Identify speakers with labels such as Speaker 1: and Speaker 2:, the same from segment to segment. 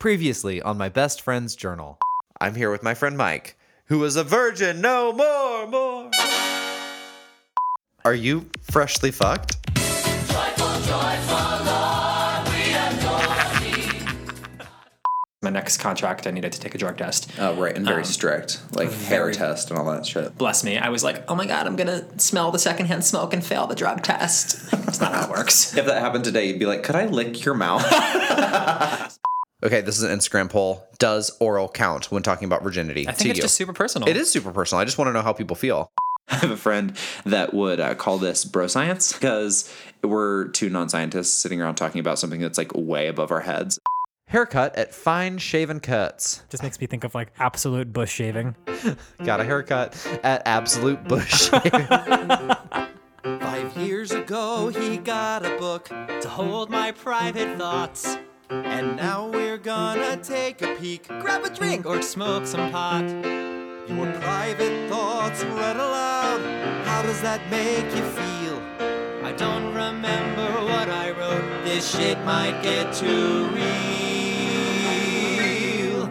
Speaker 1: Previously on my best friend's journal.
Speaker 2: I'm here with my friend Mike, who is a virgin no more, more. Are you freshly fucked?
Speaker 3: my next contract, I needed to take a drug test.
Speaker 4: Oh, right, and
Speaker 1: Um,
Speaker 4: very strict, like hair test and all that shit.
Speaker 3: Bless me, I was like, oh my god, I'm gonna smell the secondhand smoke and fail the drug test. It's not how it works.
Speaker 4: If that happened today, you'd be like, "Could I lick your mouth?"
Speaker 2: Okay, this is an Instagram poll. Does oral count when talking about virginity
Speaker 3: I think
Speaker 2: to
Speaker 3: it's
Speaker 2: you?
Speaker 3: just super personal.
Speaker 2: it is super personal. I just want to know how people feel.
Speaker 4: I have a friend that would uh, call this bro science because we're two non-scientists sitting around talking about something that's like way above our heads.
Speaker 2: Haircut at Fine Shaven Cuts.
Speaker 5: Just makes me think of like absolute bush shaving.
Speaker 2: Got a haircut at Absolute Bush.
Speaker 6: Five years ago, he got a book to hold my private thoughts. And now we're gonna take a peek, grab a drink, or smoke some pot. Your private thoughts read aloud. How does that make you feel? I don't remember what I wrote. This shit might get too real.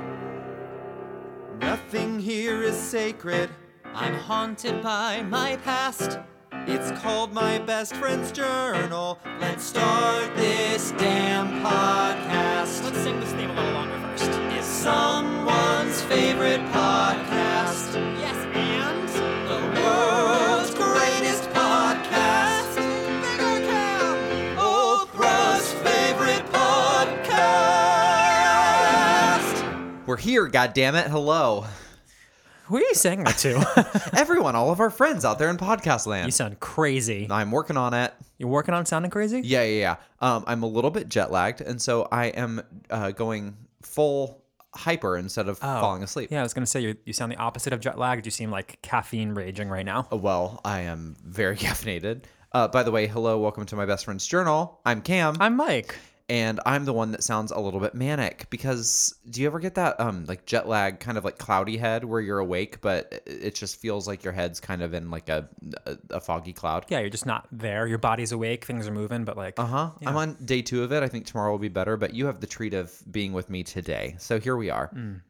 Speaker 6: Nothing here is sacred. I'm haunted by my past. It's called My Best Friend's Journal. Let's start this damn podcast. Let's sing this theme a little longer first. It's someone's favorite podcast. Yes, and the world's greatest podcast. Bigger Cam, Oprah's favorite podcast.
Speaker 2: We're here, goddammit. Hello.
Speaker 5: Who are you saying that to?
Speaker 2: Everyone, all of our friends out there in podcast land.
Speaker 5: you sound crazy.
Speaker 2: I'm working on it.
Speaker 5: You're working on sounding crazy?
Speaker 2: Yeah, yeah, yeah. Um, I'm a little bit jet lagged, and so I am uh, going full hyper instead of falling asleep.
Speaker 5: Oh. Yeah, I was gonna say you you sound the opposite of jet lagged. You seem like caffeine raging right now.
Speaker 2: Uh, Well, I am very caffeinated. Uh, by the way, hello, welcome to my best friend's journal. I'm Cam,
Speaker 5: I'm Mike.
Speaker 2: and I'm the one that sounds a little bit manic because do you ever get that um like jet lag kind of like cloudy head where you're awake but it- it just feels like your head's kind of in like a a, a foggy cloud?
Speaker 5: Yeah, you're just not there. Your body's awake, things are moving, but like
Speaker 2: Uh huh. I'm on day two of it. I think tomorrow will be better, but you have the treat of being with me today. So here we are.
Speaker 5: Mm.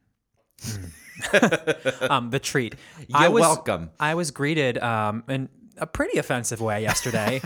Speaker 5: um the treat.
Speaker 2: You're welcome.
Speaker 5: I was greeted um in a pretty offensive way yesterday.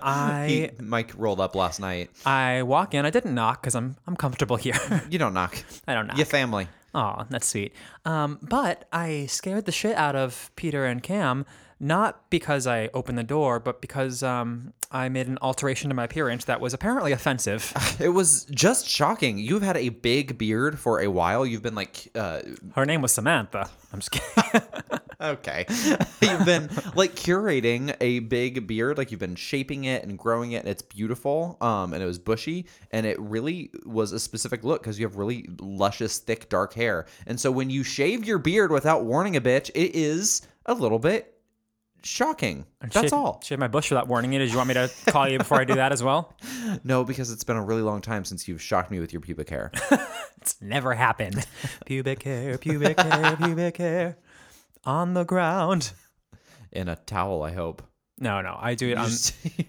Speaker 5: I
Speaker 2: Mike rolled up last night.
Speaker 5: I walk in. I didn't knock because I'm I'm comfortable here.
Speaker 2: You don't knock.
Speaker 5: I don't knock.
Speaker 2: Your family.
Speaker 5: Aw, that's sweet. Um, but I scared the shit out of Peter and Cam, not because I opened the door, but because um, I made an alteration to my appearance that was apparently offensive.
Speaker 2: It was just shocking. You've had a big beard for a while. You've been like, uh,
Speaker 5: Her name was Samantha. I'm just kidding.
Speaker 2: okay. you've been like curating a big beard. Like you've been shaping it and growing it. And it's beautiful. Um, and it was bushy. And it really was a specific look because you have really luscious, thick, dark hair. And so when you shave your beard without warning a bitch, it is a little bit shocking. That's
Speaker 5: Shave-
Speaker 2: all.
Speaker 5: Shave my bush without warning you. Did you want me to call you before I do that as well?
Speaker 2: No, because it's been a really long time since you've shocked me with your pubic hair.
Speaker 5: It's never happened. Pubic hair, pubic hair, pubic hair on the ground.
Speaker 2: In a towel, I hope.
Speaker 5: No, no, I do it on.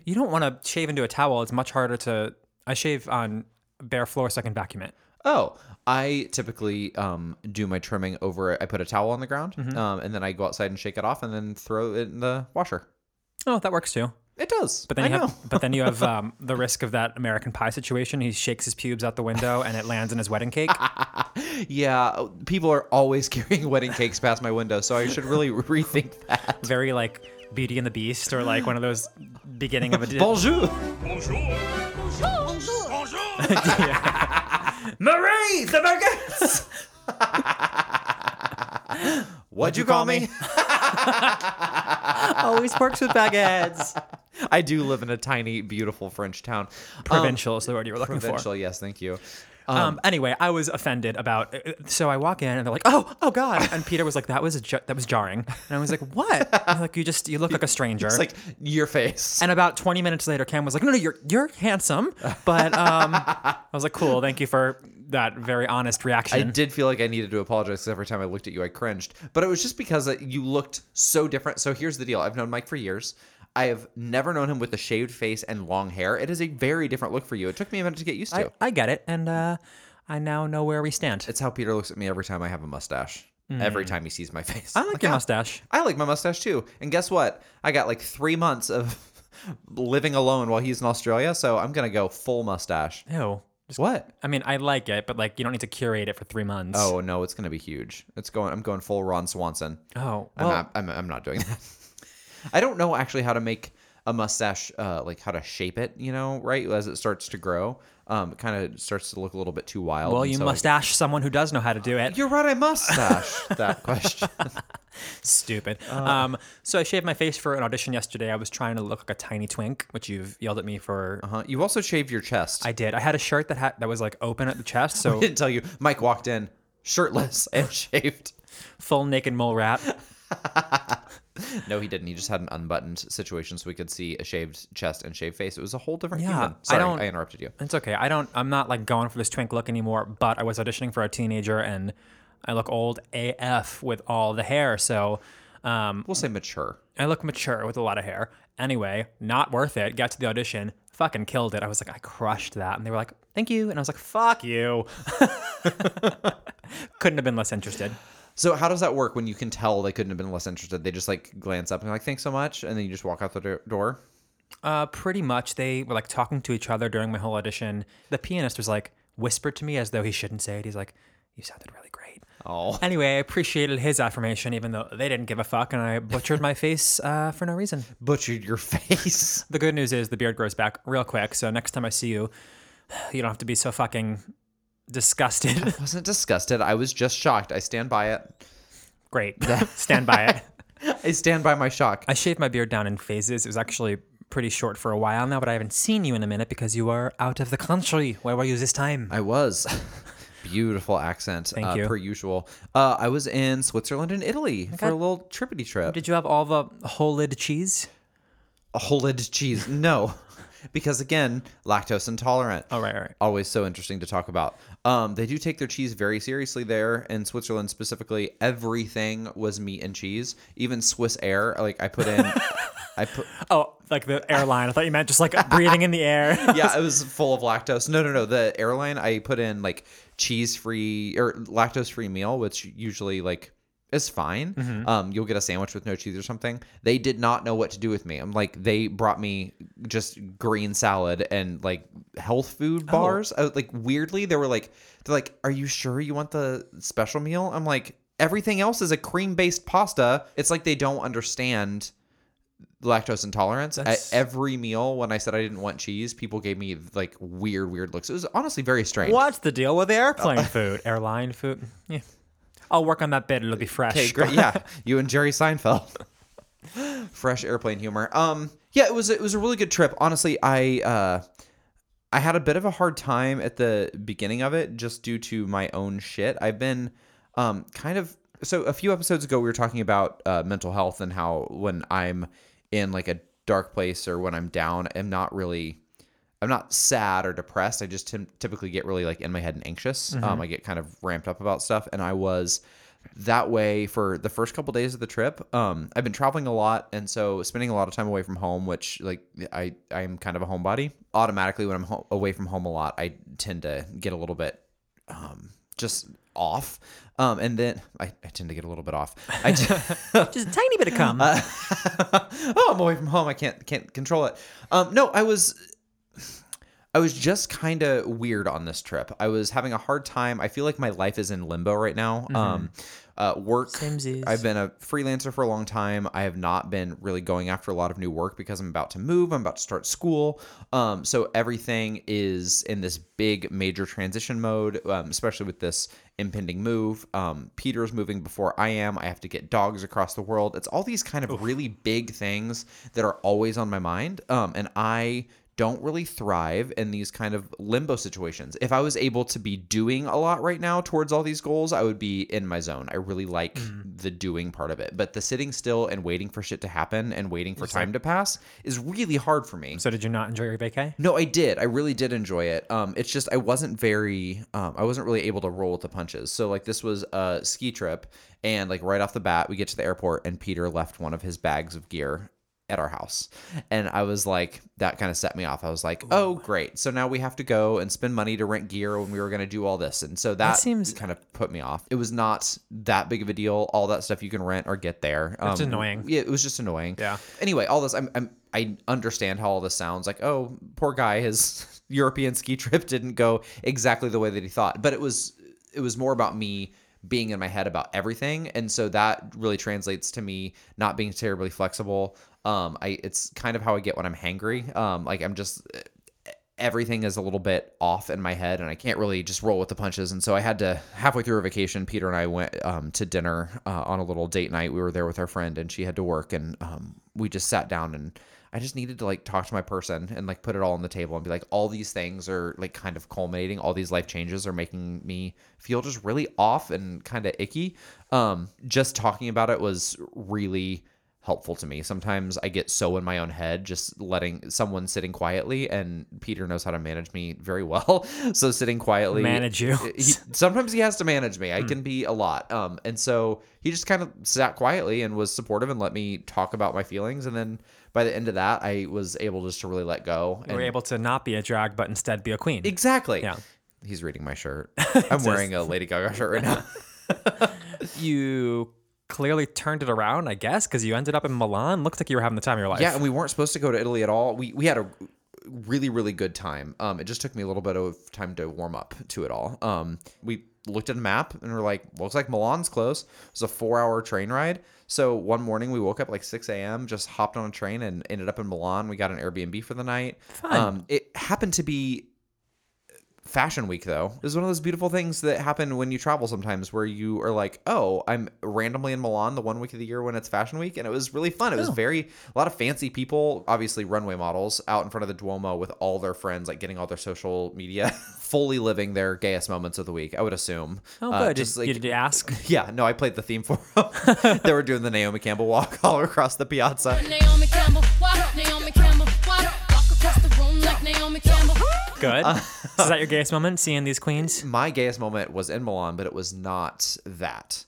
Speaker 5: you don't want to shave into a towel. It's much harder to. I shave on bare floor so I can vacuum it.
Speaker 2: Oh, I typically um, do my trimming over. I put a towel on the ground,
Speaker 5: Mm-hmm.
Speaker 2: um, and then I go outside and shake it off, and then throw it in the washer.
Speaker 5: Oh, that works too.
Speaker 2: It does.
Speaker 5: But then
Speaker 2: I
Speaker 5: you
Speaker 2: know.
Speaker 5: have, but then you have um, the risk of that American Pie situation. He shakes his pubes out the window and it lands in his wedding cake.
Speaker 2: yeah, oh, people are always carrying wedding cakes past my window, so I should really rethink that.
Speaker 5: Very like Beauty and the Beast or like one of those beginning of a
Speaker 2: Bonjour,
Speaker 5: Marie the
Speaker 2: what'd you call me?
Speaker 5: always works with
Speaker 2: Um,
Speaker 5: baguettes.
Speaker 2: I do live in a tiny, beautiful French town. Um,
Speaker 5: Provincial is the word you were looking
Speaker 2: Provincial,
Speaker 5: for.
Speaker 2: yes, thank you.
Speaker 5: Um, anyway, I was offended about. uh, So I walk in and they're like, "Oh, oh God!" And Peter was like, "That was a ju- that was jarring." And I was like, "What?" And they're like you just you look like a stranger.
Speaker 2: It's like your face.
Speaker 5: And about 20 minutes later, Cam was like, "No, no, you're you're handsome." But um, I was like, "Cool, thank you for that very honest
Speaker 2: I
Speaker 5: reaction."
Speaker 2: did feel like I needed to apologize 'cause every time I looked at you, I cringed. But it was just because uh, you looked so different. So here's the deal I've known Mike for years. I have never known him with a shaved face and long hair. It is a very different look for you. It took me a minute to get used to.
Speaker 5: I, I get it, and uh, I now know where we stand.
Speaker 2: It's how Peter looks at me every time I have a mustache. Every time he sees my face.
Speaker 5: Mm. I like your mustache.
Speaker 2: I like my mustache too. And guess what? I got like three months of living alone while he's in Australia, so I'm gonna go full mustache.
Speaker 5: Ew. Just-
Speaker 2: What?
Speaker 5: I mean, I like it, but like you don't need to curate it for three months.
Speaker 2: Oh no, it's gonna be huge. It's going. I'm going full Ron Swanson.
Speaker 5: Oh.
Speaker 2: I'm
Speaker 5: Well,
Speaker 2: not. I'm, I'm not doing that. I don't know actually how to make a mustache, uh, like how to shape it. You know, right as it starts to grow, um, it kind of starts to look a little bit too wild.
Speaker 5: well,
Speaker 2: and
Speaker 5: you
Speaker 2: so I-
Speaker 5: mustache someone who does know how to do it.
Speaker 2: You're right. I mustache that question.
Speaker 5: Stupid.
Speaker 2: Uh.
Speaker 5: um, so I shaved my face for an audition yesterday. I was trying to look like a tiny twink, which you've yelled at me for.
Speaker 2: Uh, you also shaved your chest.
Speaker 5: I did. I had a shirt that had that was like open at the chest, so
Speaker 2: didn't tell you. Mike walked in shirtless and shaved.
Speaker 5: full naked mole rat.
Speaker 2: No, he didn't. He just had an unbuttoned situation so we could see a shaved chest and shaved face. It was a whole different
Speaker 5: Yeah,
Speaker 2: human.
Speaker 5: I
Speaker 2: Sorry, I,
Speaker 5: don't-
Speaker 2: interrupted you.
Speaker 5: It's okay. I don't. I'm not like going for this twink look anymore. But I was auditioning for a teenager, and I look old AF with all the hair. So um,
Speaker 2: We'll say mature.
Speaker 5: I look mature with a lot of hair. Anyway, not worth it. Got to the audition, fucking killed it. I was like, I crushed that, and they were like, "Thank you," and I was like, "Fuck you." Couldn't have been less interested.
Speaker 2: So how does that work when you can tell they couldn't have been less interested? They just like glance up and like, thanks so much, and then you just walk out the do- door.
Speaker 5: Uh, pretty much, they were like talking to each other during my whole audition. The pianist was like whispered to me as though he shouldn't say it. He's like, "You sounded really great."
Speaker 2: Oh,
Speaker 5: Anyway, I appreciated his affirmation, even though they didn't give a fuck, and I butchered my face uh, for no reason.
Speaker 2: butchered your face.
Speaker 5: The good news is the beard grows back real quick, so next time I see you, you don't have to be so fucking disgusted.
Speaker 2: I wasn't disgusted. I was just shocked. I stand by it.
Speaker 5: Great. Stand by it.
Speaker 2: I stand by my shock.
Speaker 5: I shaved my beard down in phases. It was actually pretty short for a while now, but I haven't seen you in a minute because you were out of the country. Where were you this time?
Speaker 2: I was. Beautiful accent,
Speaker 5: Thank
Speaker 2: uh,
Speaker 5: you.
Speaker 2: per usual. Uh, I was in Switzerland and Italy for
Speaker 5: God.
Speaker 2: a little trippity trip.
Speaker 5: Did you have all the whole lid cheese?
Speaker 2: a whole edged cheese. No, because again, lactose intolerant.
Speaker 5: Oh, right, right.
Speaker 2: Always so interesting to talk about. Um, they do take their cheese very seriously there in Switzerland specifically. Everything was meat and cheese. Even Swiss Air, like I put in, I put
Speaker 5: Oh, like the airline. I thought you meant just like breathing in the air.
Speaker 2: yeah, it was full of lactose. No, no, no. The airline I put in like cheese free or lactose free meal, which usually like is fine. Um, you'll get a sandwich with no cheese or something. They did not know what to do with me. I'm like, they brought me just green salad and like health food bars. I was, like weirdly, they were like, they're like, are you sure you want the special meal? I'm like, everything else is a cream based pasta. It's like they don't understand lactose intolerance. At
Speaker 5: That's-
Speaker 2: every meal, when I said I didn't want cheese, people gave me like weird, weird looks. It was honestly very strange.
Speaker 5: What's the deal with
Speaker 2: Uh,
Speaker 5: airplane food? Airline food? Yeah. I'll work on that bit. It'll be fresh.
Speaker 2: Okay, great. Yeah, you and Jerry Seinfeld. Fresh airplane humor. Um, yeah, it was it was a really good trip. Honestly, I uh, I had a bit of a hard time at the beginning of it just due to my own shit. I've been um kind of so a few episodes ago we were talking about uh, mental health and how when I'm in like a dark place or when I'm down, I'm not really I'm not sad or depressed. I just t- typically get really like in my head and anxious. Um, I get kind of ramped up about stuff, and I was that way for the first couple days of the trip. Um, I've been traveling a lot, and so spending a lot of time away from home, which like I I am kind of a homebody. Automatically, when I'm ho- away from home a lot, I tend to get a little bit um, just off. Um, and then I, I tend to get a little bit off. I t-
Speaker 5: Just a tiny bit of cum.
Speaker 2: Uh, oh, I'm away from home. I can't can't control it. Um, no, I was I was just kind of weird on this trip. I was having a hard time. I feel like my life is in limbo right now. Um, uh, work.
Speaker 5: Samesies.
Speaker 2: I've been a freelancer for a long time. I have not been really going after a lot of new work because I'm about to move. I'm about to start school. Um, so everything is in this big major transition mode, um, especially with this impending move. Um, Peter's moving before I am. I have to get dogs across the world. It's all these kind of really big things that are always on my mind. Um, and I don't really thrive in these kind of limbo situations. If I was able to be doing a lot right now towards all these goals, I would be in my zone. I really like the doing part of it, but the sitting still and waiting for shit to happen and waiting for time to pass is really hard for me.
Speaker 5: so did you not enjoy your vacay?
Speaker 2: No, I did. I really did enjoy it. Um, it's just I wasn't very, um, I wasn't really able to roll with the punches. So like this was a ski trip, and like right off the bat, we get to the airport, and Peter left one of his bags of gear at our house. And I was like, that kind of set me off. I was like, oh, great. So now we have to go and spend money to rent gear when we were going to do all this. And so that,
Speaker 5: seems-
Speaker 2: kind of put me off. It was not that big of a deal. All that stuff you can rent or get there. Um, It's
Speaker 5: annoying.
Speaker 2: Yeah, it was just annoying.
Speaker 5: Yeah.
Speaker 2: Anyway, all this, I'm, I'm, I understand how all this sounds like, oh, poor guy, his European ski trip didn't go exactly the way that he thought. But it was, it was more about me being in my head about everything. And so that really translates to me not being terribly flexible. Um, I, it's kind of how I get when I'm hangry. Um, like I'm just, everything is a little bit off in my head and I can't really just roll with the punches. And so I had to, halfway through a vacation, Peter and I went um, to dinner uh, on a little date night. We were there with our friend and she had to work and um, we just sat down and I just needed to like talk to my person and like put it all on the table and be like, all these things are like kind of culminating. All these life changes are making me feel just really off and kind of icky. Um, just talking about it was really helpful to me. Sometimes I get so in my own head, just letting someone sitting quietly, and Peter knows how to manage me very well. So sitting quietly,
Speaker 5: Manage you. Hmm.
Speaker 2: He, sometimes he has to manage me. I can be a lot. Um, and so he just kind of sat quietly and was supportive and let me talk about my feelings. And then by the end of that, I was able just to really let go.
Speaker 5: You were
Speaker 2: and-
Speaker 5: able to not be a drag, but instead be a queen.
Speaker 2: exactly.
Speaker 5: Yeah.
Speaker 2: He's reading my shirt. I'm wearing a Lady Gaga shirt right now.
Speaker 5: You clearly turned it around, I guess, because you ended up in Milan. Looked like you were having the time of your life.
Speaker 2: Yeah, and we weren't supposed to go to Italy at all. We we had a really really good time. Um, it just took me a little bit of time to warm up to it all. Um, we looked at a map and we're like, looks like Milan's close. It was a four hour train ride. So one morning we woke up like six a.m. Just hopped on a train and ended up in Milan. We got an Airbnb for the night. Um, it happened to be Fashion Week, though, is one of those beautiful things that happen when you travel sometimes where you are like, oh, I'm randomly in Milan the one week of the year when it's Fashion Week. And it was really fun. It
Speaker 5: Oh.
Speaker 2: was very, a lot of fancy people, obviously runway models, out in front of the Duomo with all their friends, like getting all their social media, fully living their gayest moments of the week, I would assume.
Speaker 5: Oh, good.
Speaker 2: Uh,
Speaker 5: Did-
Speaker 2: just like-
Speaker 5: did you ask?
Speaker 2: yeah, no, I played the theme for them. they were doing the Naomi Campbell walk all across the piazza.
Speaker 7: Naomi Campbell, walk, Naomi Campbell, walk, walk across the room like Naomi Campbell.
Speaker 5: Good.
Speaker 2: Uh,
Speaker 5: So is that your gayest moment, seeing these queens?
Speaker 2: my gayest moment was in Milan, but it was not that.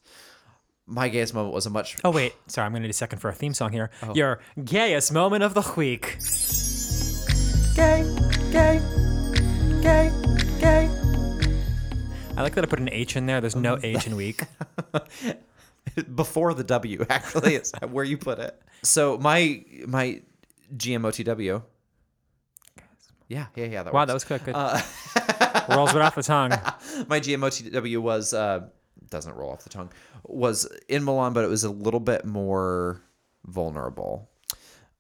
Speaker 2: My gayest moment was a much
Speaker 5: Oh, wait. Sorry, I'm going to need a second for a theme song here. Your gayest moment of the week. Gay, gay, gay, gay. I like that I put an H in there. There's no H in week.
Speaker 2: before the W actually is where you put it. So my my GMOTW. Yeah, yeah, yeah. That
Speaker 5: Wow,
Speaker 2: works.
Speaker 5: that was quick. Good. Rolls right off the tongue.
Speaker 2: my GMOTW was uh, doesn't roll off the tongue. Was in Milan, but it was a little bit more vulnerable.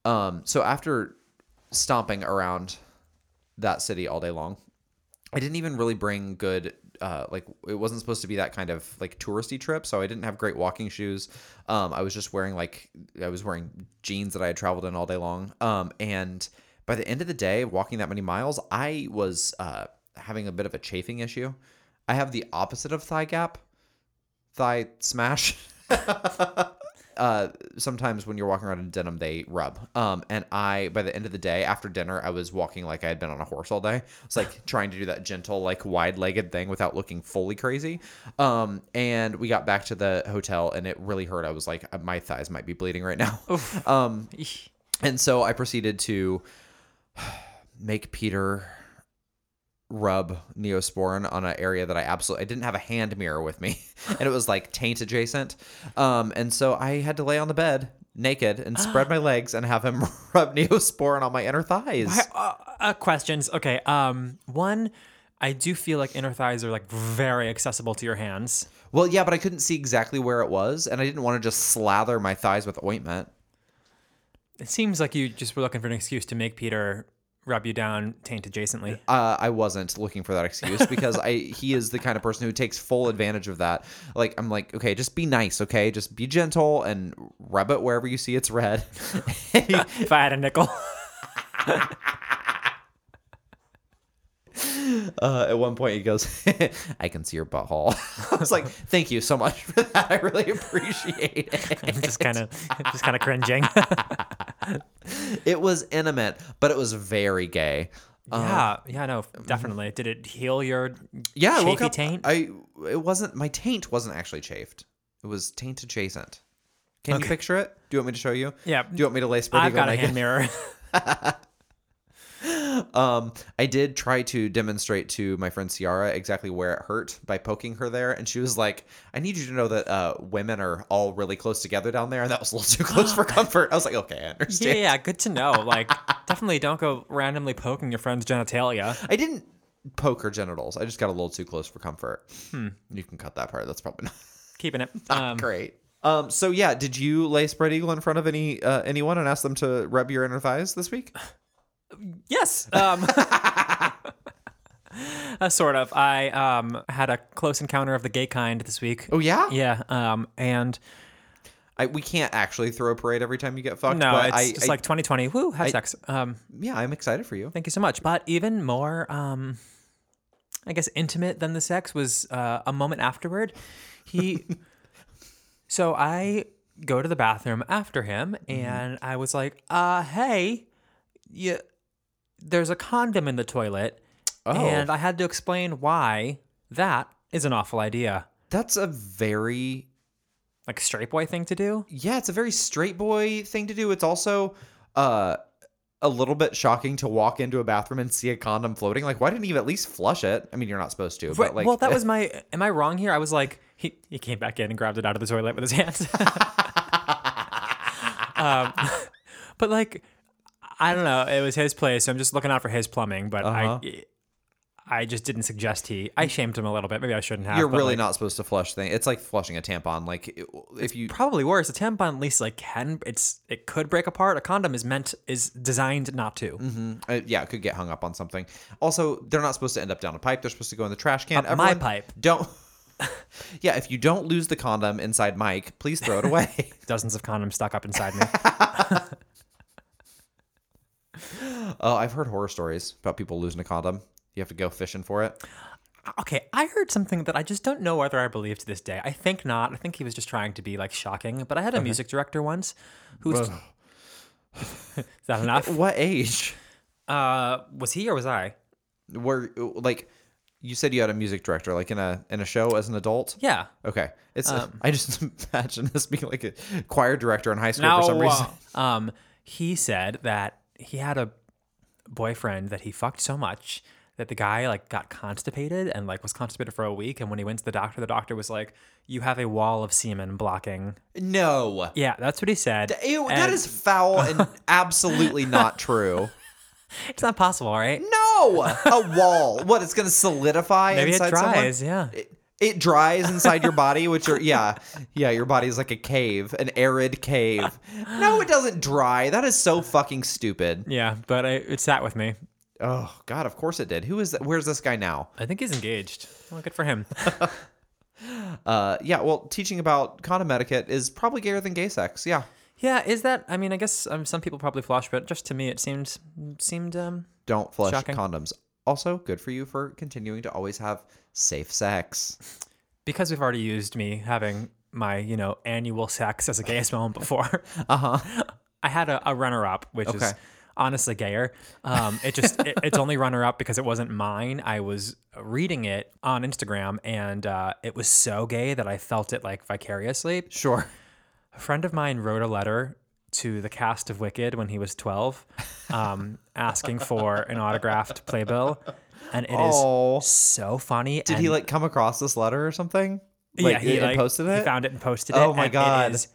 Speaker 2: Um, so after stomping around that city all day long, I didn't even really bring good. Uh, like it wasn't supposed to be that kind of like touristy trip, so I didn't have great walking shoes. Um, I was just wearing like I was wearing jeans that I had traveled in all day long. Um, and by the end of the day, walking that many miles, I was uh, having a bit of a chafing issue. I have the opposite of thigh gap, thigh smash. uh, sometimes when you're walking around in denim, they rub. Um, and I, by the end of the day, after dinner, I was walking like I had been on a horse all day. It's like trying to do that gentle, like wide legged thing without looking fully crazy. Um, and we got back to the hotel and it really hurt. I was like, "Uh, my thighs might be bleeding right now. Um, and so I proceeded to make Peter rub neosporin on an area that I absolutely I didn't have a hand mirror with me and it was like taint adjacent um and so I had to lay on the bed naked and spread my legs and have him rub neosporin on my inner thighs
Speaker 5: uh, uh, questions. Okay. Um, one, I do feel like inner thighs are like very accessible to your hands.
Speaker 2: well yeah but I couldn't see exactly where it was and I didn't want to just slather my thighs with ointment
Speaker 5: It seems like you just were looking for an excuse to make Peter rub you down taint adjacently.
Speaker 2: uh, I wasn't looking for that excuse because I he is the kind of person who takes full advantage of that. Like I'm like, okay, just be nice, okay, just be gentle and rub it wherever you see it's red.
Speaker 5: if I had a nickel.
Speaker 2: uh, at one point he goes, I can see your butthole. I was like, thank you so much for that. I really appreciate it.
Speaker 5: I'm just kind of just kind of cringing.
Speaker 2: It was intimate, but it was very gay.
Speaker 5: yeah, yeah, no,
Speaker 2: mm-hmm.
Speaker 5: definitely. Did it heal your
Speaker 2: Yeah, I woke
Speaker 5: chafy
Speaker 2: up.
Speaker 5: taint?
Speaker 2: I it wasn't my taint wasn't actually chafed. It was taint adjacent. Can you picture it? Do you want me to show you?
Speaker 5: Yeah.
Speaker 2: Do you want me to lay Spread
Speaker 5: I've
Speaker 2: Eagle
Speaker 5: got a
Speaker 2: naked?
Speaker 5: hand mirror.
Speaker 2: Um, I did try to demonstrate to my friend Ciara exactly where it hurt by poking her there, and she was like, "I need you to know that uh, women are all really close together down there, and that was a little too close for comfort." I was like, "Okay, I
Speaker 5: yeah,
Speaker 2: understand."
Speaker 5: Oh yeah, good to know. Like, definitely don't go randomly poking your friend's genitalia.
Speaker 2: I didn't poke her genitals. I just got a little too close for comfort. You can cut that part. That's probably not
Speaker 5: Keeping it. Hmm. Um,
Speaker 2: great. Um, so yeah, did you lay spread eagle in front of any uh, anyone and ask them to rub your inner thighs this week?
Speaker 5: Yes. Um, uh, sort of. I um, had a close encounter of the gay kind this week.
Speaker 2: Oh yeah,
Speaker 5: Yeah. Um, and
Speaker 2: I, we can't actually throw a parade every time you get fucked.
Speaker 5: no,
Speaker 2: but
Speaker 5: it's
Speaker 2: I,
Speaker 5: just
Speaker 2: I-
Speaker 5: like 2020. Woo, have sex. Um,
Speaker 2: yeah, I'm excited for you.
Speaker 5: thank you so much. But even more, um, I guess, intimate than the sex was uh, a moment afterward. He. so I go to the bathroom after him, and I was like, uh, hey, you, there's a condom in the toilet.
Speaker 2: Oh.
Speaker 5: And I had to explain why that is an awful idea.
Speaker 2: That's a very
Speaker 5: Like, straight boy thing to do?
Speaker 2: yeah, it's a very straight boy thing to do. It's also uh a little bit shocking to walk into a bathroom and see a condom floating. Like, why didn't you at least flush it? I mean, you're not supposed to,
Speaker 5: Right.
Speaker 2: but like,
Speaker 5: well, that was my. Am I wrong here? I was like, he, he came back in and grabbed it out of the toilet with his hands. um, but like, I don't know. It was his place, so I'm just looking out for his plumbing. But
Speaker 2: Uh-huh.
Speaker 5: I, I just didn't suggest he. I shamed him a little bit. Maybe I shouldn't have.
Speaker 2: you're
Speaker 5: but,
Speaker 2: really
Speaker 5: like,
Speaker 2: not supposed to flush thing. It's like flushing a tampon. Like, it- if you
Speaker 5: Probably worse. A tampon at least like can it's it could break apart. A condom is meant is designed not to.
Speaker 2: uh, yeah, it could get hung up on something. Also, they're not supposed to end up down a pipe. They're supposed to go in the trash can.
Speaker 5: Up my pipe.
Speaker 2: Don't. yeah, if you don't lose the condom inside Mike, please throw it away.
Speaker 5: Dozens of condoms stuck up inside me.
Speaker 2: Oh, I've heard horror stories about people losing a condom. You have to go fishing for it.
Speaker 5: Okay, I heard something that I just don't know whether I believe to this day. I think not. I think he was just trying to be like shocking. But I had a music director once who was. Is that enough?
Speaker 2: What age?
Speaker 5: Uh, was he or was I?
Speaker 2: were like you said you had a music director like in a in a show as an adult
Speaker 5: Yeah. Um,
Speaker 2: okay it's i just imagine this being like a choir director in high school
Speaker 5: Now,
Speaker 2: for some reason
Speaker 5: uh, um, he said that he had a boyfriend that he fucked so much that the guy like got constipated and like was constipated for a week. And when he went to the doctor, the doctor was like, "You have a wall of semen blocking."
Speaker 2: no
Speaker 5: Yeah, that's what he said.
Speaker 2: Ew, that
Speaker 5: And
Speaker 2: is foul and absolutely not true
Speaker 5: It's not possible, right?
Speaker 2: no a wall what it's gonna solidify
Speaker 5: Maybe it
Speaker 2: inside someone?
Speaker 5: dries. Yeah.
Speaker 2: it, it dries inside your body which are yeah yeah your body is like a cave an arid cave no it doesn't dry that is so fucking stupid
Speaker 5: Yeah, but I, it sat with me.
Speaker 2: oh god of course it did who is that where's this guy now
Speaker 5: I think he's engaged. Well, good for him.
Speaker 2: Uh, yeah, well, teaching about condom etiquette is probably gayer than gay sex. Yeah.
Speaker 5: yeah, is that? I mean, I guess um, some people probably flush, but just to me, it seemed seemed um.
Speaker 2: Don't flush
Speaker 5: Shocking.
Speaker 2: condoms. Also, good for you for continuing to always have safe sex.
Speaker 5: because we've already used me having my you know annual sex as a gayest moment before. Uh huh. I had a, a runner up, which
Speaker 2: Okay.
Speaker 5: is honestly gayer. Um, it just it, it's only runner up because it wasn't mine. I was reading it on Instagram, and uh, it was so gay that I felt it like vicariously.
Speaker 2: Sure.
Speaker 5: A friend of mine wrote a letter to the cast of Wicked when he was 12, um, asking for an autographed playbill. And it is
Speaker 2: Oh.
Speaker 5: so funny.
Speaker 2: Did he like come across this letter or something? Like,
Speaker 5: yeah, he
Speaker 2: and
Speaker 5: like,
Speaker 2: posted
Speaker 5: He
Speaker 2: it.
Speaker 5: found it and posted it.
Speaker 2: Oh my
Speaker 5: and
Speaker 2: God.
Speaker 5: It is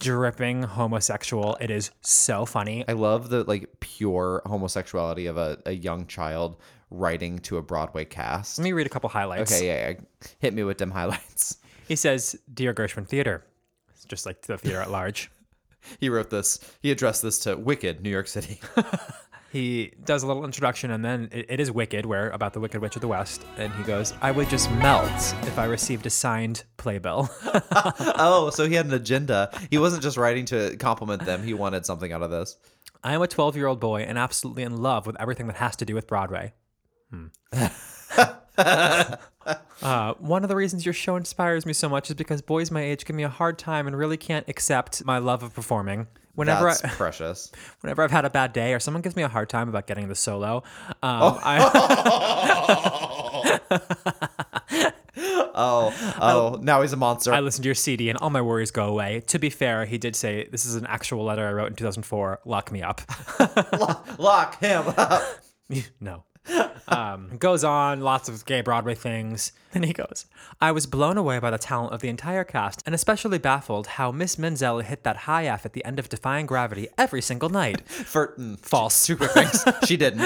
Speaker 5: dripping homosexual. It is so funny.
Speaker 2: I love the like pure homosexuality of a, a young child writing to a Broadway cast.
Speaker 5: Let me read a couple highlights.
Speaker 2: Okay, yeah, yeah. Hit me with them highlights.
Speaker 5: He says, Dear Gershwin Theater, It's just like the theater at large.
Speaker 2: He wrote this. He addressed this to Wicked, New York City.
Speaker 5: he does a little introduction and then it, it is wicked where about the wicked witch of the west and he goes i would just melt if i received a signed playbill
Speaker 2: oh, so he had an agenda. He wasn't just writing to compliment them. He wanted something out of this.
Speaker 5: i am a 12 year old boy and absolutely in love with everything that has to do with broadway hmm. uh, one of the reasons your show inspires me so much is because boys my age give me a hard time and really can't accept my love of performing whenever
Speaker 2: That's
Speaker 5: I,
Speaker 2: precious.
Speaker 5: whenever I've had a bad day or someone gives me a hard time about getting the solo, um, I,
Speaker 2: Oh, oh, now he's a monster.
Speaker 5: I listened to your CD and all my worries go away. To be fair, he did say, This is an actual letter I wrote in 2004. Lock me up.
Speaker 2: Lock him up.
Speaker 5: no. Um, goes on, lots of gay Broadway things. Then he goes, I was blown away by the talent of the entire cast and especially baffled how Miss Menzel hit that high F at the end of Defying Gravity every single night.
Speaker 2: For, mm,
Speaker 5: False.
Speaker 2: she didn't.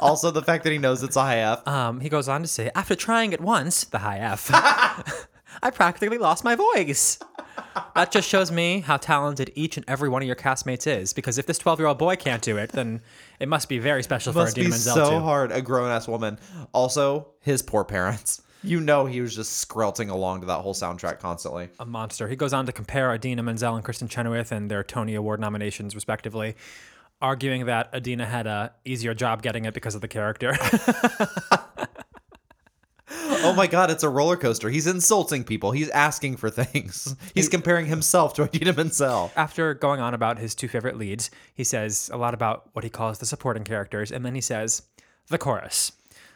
Speaker 2: also, the fact that he knows it's a high F.
Speaker 5: Um, he goes on to say, After trying it once, the high F, I practically lost my voice. That just shows me how talented each and every one of your castmates is. Because if this 12 year old boy can't do it, then it must be very special
Speaker 2: must
Speaker 5: for Adina
Speaker 2: be
Speaker 5: Menzel,
Speaker 2: so
Speaker 5: too.
Speaker 2: hard. A grown ass woman. Also, his poor parents. You know he was just skrelting along to that whole soundtrack constantly.
Speaker 5: a monster. He goes on to compare Adina Menzel and Kristen Chenoweth and their Tony Award nominations, respectively, arguing that Adina had a easier job getting it because of the character.
Speaker 2: Oh my god, it's a roller coaster. He's insulting people. He's asking for things. He's comparing himself to Adina Menzel.
Speaker 5: After going on about his two favorite leads, he says a lot about what he calls the supporting characters, and then he says, the chorus.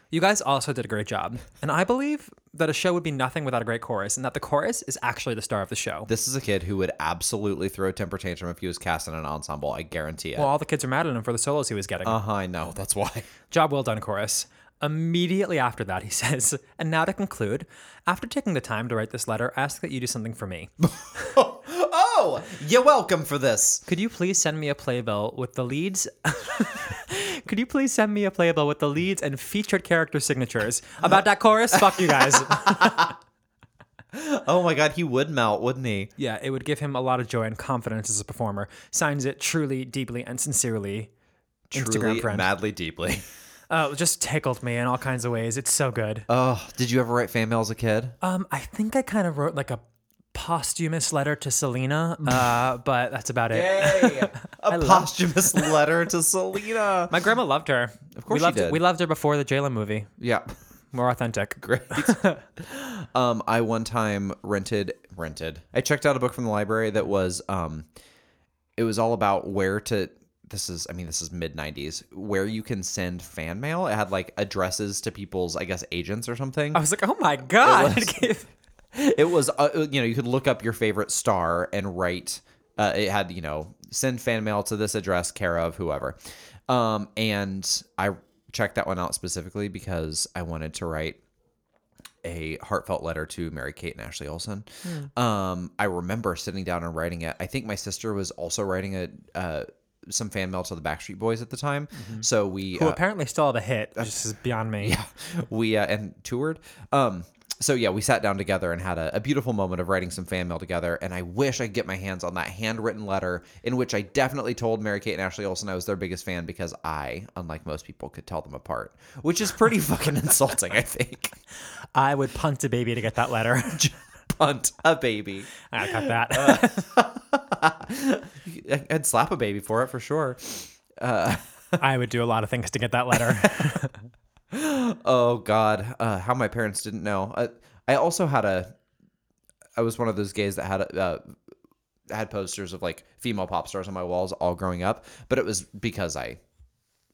Speaker 5: You guys also did a great job, and I believe that a show would be nothing without a great chorus, and that the chorus is actually the star of the show.
Speaker 2: This is a kid who would absolutely throw a temper tantrum if he was cast in an ensemble. I guarantee it.
Speaker 5: well, all the kids are mad at him for the solos he was getting.
Speaker 2: uh huh, I know. That's why.
Speaker 5: Job well done, chorus. Immediately after that, he says, And now to conclude, after taking the time to write this letter, I ask that you do something for me.
Speaker 2: Oh, you're welcome for this.
Speaker 5: Could you please send me a playbill with the leads? Could you please send me a playbill with the leads and featured character signatures? About that chorus? Fuck you guys.
Speaker 2: Oh my god, he would melt, wouldn't he?
Speaker 5: yeah, it would give him a lot of joy and confidence as a performer. Signs it truly, deeply, and sincerely.
Speaker 2: Truly,
Speaker 5: Instagram friend.
Speaker 2: madly, deeply.
Speaker 5: Oh, it just tickled me in all kinds of ways. It's so good.
Speaker 2: Oh, did you ever write fan mail as a kid?
Speaker 5: Um, I think I kind of wrote like a posthumous letter to Selena, uh, but that's about it.
Speaker 2: a posthumous letter to Selena.
Speaker 5: My grandma loved her. Of
Speaker 2: course
Speaker 5: we
Speaker 2: she
Speaker 5: loved
Speaker 2: did.
Speaker 5: we loved her before the Jalen movie.
Speaker 2: Yeah.
Speaker 5: More authentic.
Speaker 2: Great. um, I one time rented rented. I checked out a book from the library that was um it was all about where to this is I mean this is mid 90s where you can send fan mail. It had like addresses to people's I guess agents or something.
Speaker 5: I was like, oh my god.
Speaker 2: was. it was uh, you know you could look up your favorite star and write uh, it had you know send fan mail to this address care of whoever um, and i checked that one out specifically because i wanted to write a heartfelt letter to Mary Kate and Ashley Olsen. Um, I remember sitting down and writing it. I think my sister was also writing a uh, some fan mail to the Backstreet Boys at the time. So we
Speaker 5: Who
Speaker 2: uh,
Speaker 5: apparently still have a hit. This is beyond me.
Speaker 2: we uh, and toured. Um, so yeah, we sat down together and had a, a beautiful moment of writing some fan mail together. And I wish I could get my hands on that handwritten letter in which I definitely told Mary Kate and Ashley Olsen I was their biggest fan because I, unlike most people, could tell them apart, which is pretty fucking insulting. I think
Speaker 5: I would punt a baby to get that letter.
Speaker 2: punt a baby.
Speaker 5: I got that.
Speaker 2: I- I'd slap a baby for it for sure.
Speaker 5: I would do a lot of things to get that letter.
Speaker 2: Oh God, uh, how my parents didn't know. I, I also had a. I was one of those gays that had uh, had posters of like female pop stars on my walls all growing up, but it was because I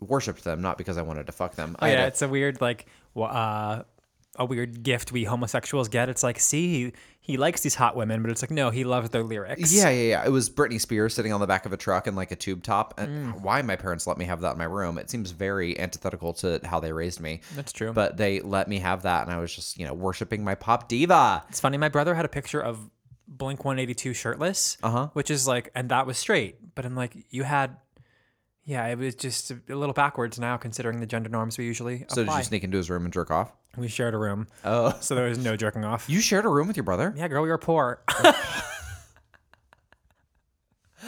Speaker 2: worshipped them, not because I wanted to fuck them.
Speaker 5: Oh,
Speaker 2: I had
Speaker 5: yeah,
Speaker 2: a-
Speaker 5: it's a weird like wa- uh, a weird gift we homosexuals get. It's like, see, he, he likes these hot women, but it's like, no, he loves their lyrics.
Speaker 2: yeah, yeah, yeah. It was Britney Spears sitting on the back of a truck in like a tube top. And
Speaker 5: Mm.
Speaker 2: why my parents let me have that in my room? It seems very antithetical to how they raised me.
Speaker 5: That's true.
Speaker 2: But they let me have that, and I was just you know worshiping my pop diva.
Speaker 5: It's funny. My brother had a picture of Blink 182 shirtless, uh-huh. which is like, and that was straight. But I'm like, you had, yeah, it was just a little backwards now considering the gender norms we usually
Speaker 2: So did
Speaker 5: apply.
Speaker 2: you sneak into his room and jerk off?
Speaker 5: we shared a room. Oh. So there was no jerking off.
Speaker 2: You shared a room with your brother?
Speaker 5: yeah, girl, we were poor.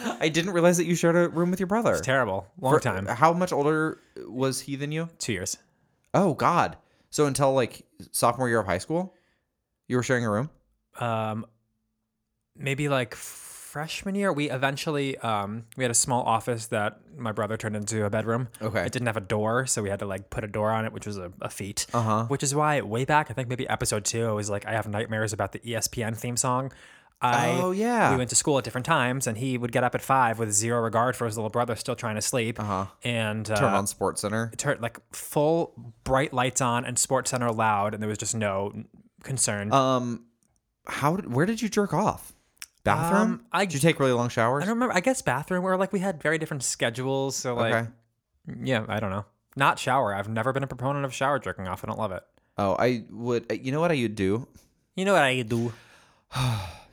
Speaker 2: I didn't realize that you shared a room with your brother.
Speaker 5: Terrible. Long
Speaker 2: For-
Speaker 5: time.
Speaker 2: How much older was he than you?
Speaker 5: Two years.
Speaker 2: Oh God! So until like sophomore year of high school, you were sharing a room.
Speaker 5: Um, maybe like freshman year, we eventually, um, we had a small office that my brother turned into a bedroom.
Speaker 2: Okay.
Speaker 5: It didn't have a door, so we had to like put a door on it, which was a, a feat. Uh
Speaker 2: Uh-huh.
Speaker 5: huh. Which is why way back, I think maybe episode two, I was like, I have nightmares about the E ESPN theme song. I,
Speaker 2: Oh, yeah.
Speaker 5: We went to school at different times, and he would get up at five with zero regard for his little brother still trying to sleep. Uh-huh. And, uh
Speaker 2: Turn on Sports Center.
Speaker 5: turn like full bright lights on and sports center loud and there was just no concerned.
Speaker 2: Um, how? Did, where did you jerk off? Bathroom?
Speaker 5: Um, I-
Speaker 2: did you take really long showers?
Speaker 5: I don't remember. I guess bathroom or like we had very different schedules. So like,
Speaker 2: okay.
Speaker 5: yeah, I don't know. Not shower. I've never been a proponent of shower jerking off. I don't love it.
Speaker 2: Oh, I would. You know what I would do?
Speaker 5: You know what I do?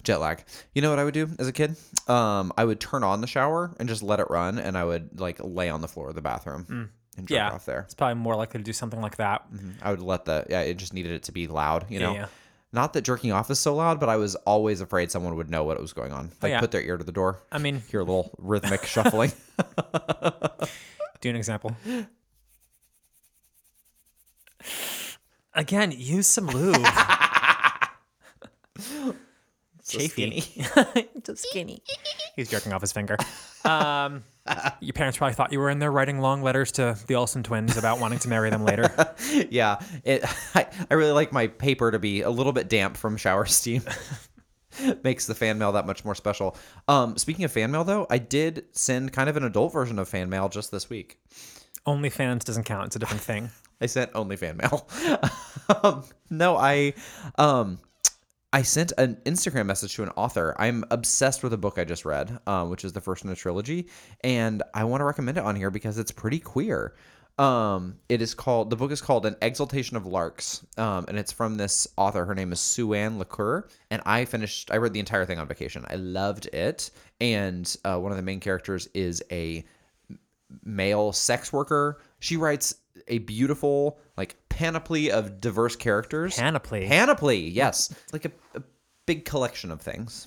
Speaker 2: Jet lag. You know what I would do as a kid? Um, I would turn on the shower and just let it run, and I would like lay on the floor of the bathroom and jerk
Speaker 5: Mm. Yeah.
Speaker 2: off there.
Speaker 5: It's probably more likely to do something like that.
Speaker 2: I would let the yeah, it just needed it to be loud, you know.
Speaker 5: yeah.
Speaker 2: Not that jerking off is so loud, but I was always afraid someone would know what was going on. Like
Speaker 5: Oh, yeah.
Speaker 2: put their ear to the door.
Speaker 5: I mean,
Speaker 2: hear a little rhythmic shuffling.
Speaker 5: do an example. Again, use some lube. Chafy. Just skinny. He's jerking off his finger. Um, your parents probably thought you were in there writing long letters to the Olsen twins about wanting to marry them later.
Speaker 2: yeah, it, I, I really like my paper to be a little bit damp from shower steam. Makes the fan mail that much more special. Um, speaking of fan mail, though, I did send kind of an adult version of fan mail just this week.
Speaker 5: OnlyFans doesn't count. It's a different thing.
Speaker 2: I sent only fan mail. um, no, I um I sent an Instagram message to an author. I'm obsessed with a book I just read, um, which is the first in a trilogy, and I want to recommend it on here because it's pretty queer. Um, it is called the book is called An Exaltation of Larks, um, and it's from this author. Her name is Sue Ann LaCour, and I finished. I read the entire thing on vacation. I loved it, and uh, one of the main characters is a male sex worker. She writes a beautiful like panoply of diverse characters.
Speaker 5: Panoply.
Speaker 2: Panoply, yes. Like a, a big collection of things.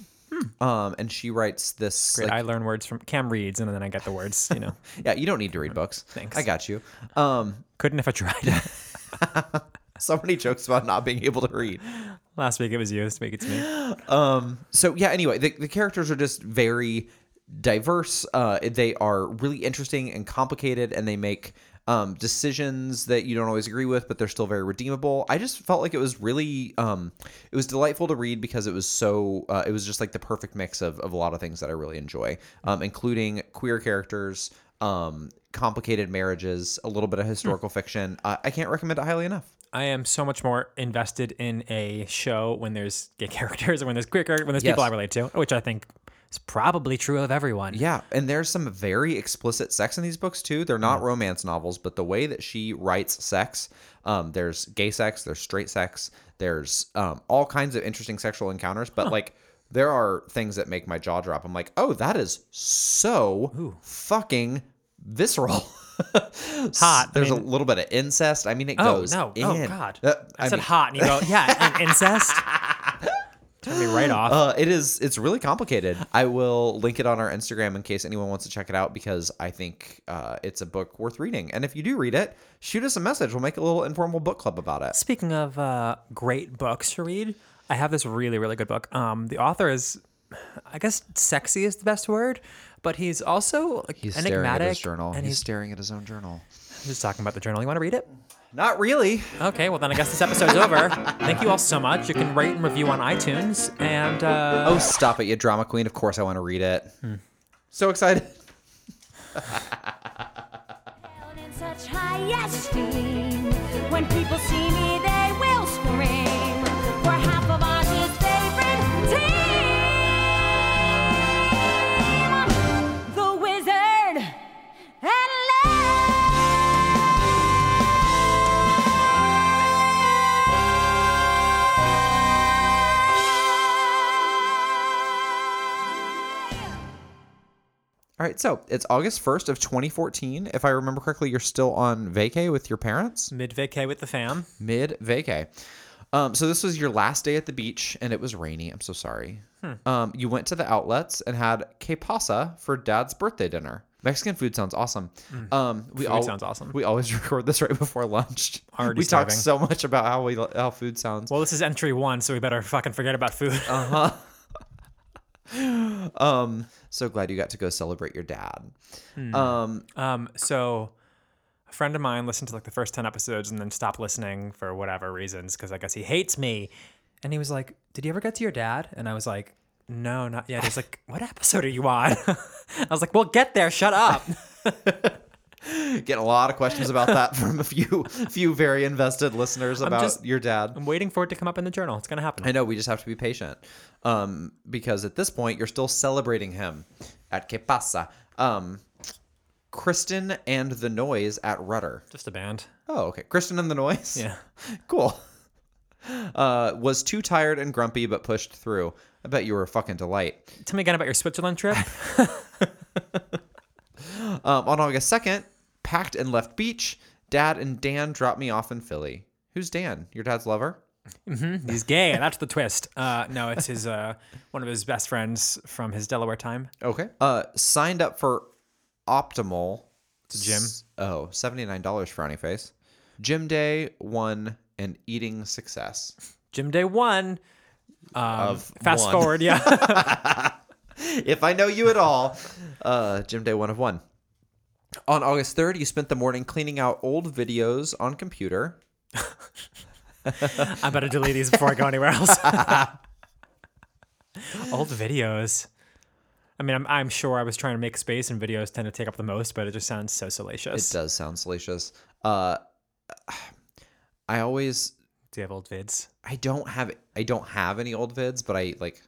Speaker 2: Um, and she writes this.
Speaker 5: Hmm. Great.
Speaker 2: like-
Speaker 5: I learn words from Cam reads, and then I get the words. You know,
Speaker 2: yeah, you don't need to read books.
Speaker 5: Thanks.
Speaker 2: I got you. Um,
Speaker 5: couldn't if I tried.
Speaker 2: so many jokes about not being able to read.
Speaker 5: Last week it was you. This week it's me.
Speaker 2: so yeah anyway the, the characters are just very diverse uh they are really interesting and complicated and they make um decisions that you don't always agree with but they're still very redeemable i just felt like it was really um it was delightful to read because it was so uh, it was just like the perfect mix of, of a lot of things that i really enjoy um including queer characters um complicated marriages a little bit of historical fiction uh, i can't recommend it highly enough
Speaker 5: I am so much more invested in a show when there's gay characters or when there's queer characters, when there's people I
Speaker 2: Yes.
Speaker 5: relate to, which I think is probably true of everyone.
Speaker 2: Yeah, and there's some very explicit sex in these books too. They're
Speaker 5: Mm.
Speaker 2: not romance novels, but the way that she writes sex, um, there's gay sex, there's straight sex, there's um, all kinds of interesting sexual encounters. But like, there are things that make my jaw drop. I'm like, oh, that is so fucking visceral.
Speaker 5: Hot. I
Speaker 2: There's
Speaker 5: mean-
Speaker 2: a little bit of incest. I mean, it
Speaker 5: Oh
Speaker 2: goes.
Speaker 5: no!
Speaker 2: In.
Speaker 5: Oh god!
Speaker 2: Uh,
Speaker 5: I,
Speaker 2: I
Speaker 5: said
Speaker 2: mean,
Speaker 5: hot, and you go, yeah, and incest. Turn me right off.
Speaker 2: Uh, it is. It's really complicated. I will link it on our Instagram in case anyone wants to check it out because I think uh, it's a book worth reading. And if you do read it, shoot us a message. We'll make a little informal book club about it.
Speaker 5: Speaking of uh, great books to read, I have this really, really good book. Um, the author is, I guess, sexy is the best word, but he's also like,
Speaker 2: He's staring
Speaker 5: enigmatic.
Speaker 2: at his journal.
Speaker 5: And
Speaker 2: he's
Speaker 5: he's,
Speaker 2: staring at his own journal.
Speaker 5: just talking about the journal. You want to read it?
Speaker 2: Not really.
Speaker 5: Okay, well, then I guess this episode's over. Thank you all so much. You can rate and review on iTunes. And uh,
Speaker 2: Oh, stop it, you drama queen. Of course I want to read it.
Speaker 5: Hmm.
Speaker 2: So excited.
Speaker 8: held in such high esteem. When people see me, they will scream. We're half of Oz's favorite team. The Wizard and Larry.
Speaker 2: All right, so it's August 1st of 2014. If I remember correctly, you're still on vacay with your parents?
Speaker 5: mid vacay with the fam.
Speaker 2: mid vacay. Um, so this was your last day at the beach, and it was rainy. I'm so sorry.
Speaker 5: Hmm.
Speaker 2: Um, you went to the outlets and had quepasa for Dad's birthday dinner. Mexican food sounds awesome. Um, we
Speaker 5: Hmm. Food
Speaker 2: al-
Speaker 5: sounds awesome.
Speaker 2: We always record this right before lunch.
Speaker 5: Already
Speaker 2: we talk
Speaker 5: starving.
Speaker 2: so much about how we how food sounds.
Speaker 5: Well, this is entry one, so we better fucking forget about food.
Speaker 2: so glad you got to go celebrate your dad. Um,
Speaker 5: Um, so a friend of mine listened to like the first 10 episodes and then stopped listening for whatever reasons because I guess he hates me. And he was like, Did you ever get to your dad? And I was like, No, not yet. He's like, What episode are you on? I was like, Well, get there. Shut up.
Speaker 2: Getting a lot of questions about that from a few few very invested listeners about
Speaker 5: just-
Speaker 2: your dad.
Speaker 5: I'm waiting for it to come up in the journal. It's gonna happen.
Speaker 2: I know we just have to be patient, um, because at this point you're still celebrating him at Que Pasa. Um, Kristen and the Noise at Rudder.
Speaker 5: Just a band.
Speaker 2: Oh, okay. Kristen and the Noise.
Speaker 5: Yeah.
Speaker 2: cool. Uh, was too tired and grumpy, but pushed through. I bet you were a fucking delight.
Speaker 5: Tell me again about your Switzerland trip.
Speaker 2: Um, on August 2nd, packed and left beach. Dad and Dan dropped me off in Philly. Who's Dan? Your dad's lover?
Speaker 5: He's gay. That's the twist. Uh, no, it's his uh, one of his best friends from his Delaware time.
Speaker 2: Okay. Uh, signed up for Optimal. It's
Speaker 5: a gym.
Speaker 2: oh, $79 frowny face. Gym day one and eating success.
Speaker 5: Gym day one. Um, fast
Speaker 2: one.
Speaker 5: forward, yeah.
Speaker 2: if I know you at all, uh, gym day one of one. On August 3rd, you spent the morning cleaning out old videos on computer.
Speaker 5: I better delete these before I go anywhere else. Old videos. I mean, I'm, I'm sure I was trying to make space, and videos tend to take up the most, but it just sounds so
Speaker 2: It
Speaker 5: salacious.
Speaker 2: does sound salacious. Uh, I always
Speaker 5: Do you have old vids?
Speaker 2: I don't have I don't have any old vids, but I like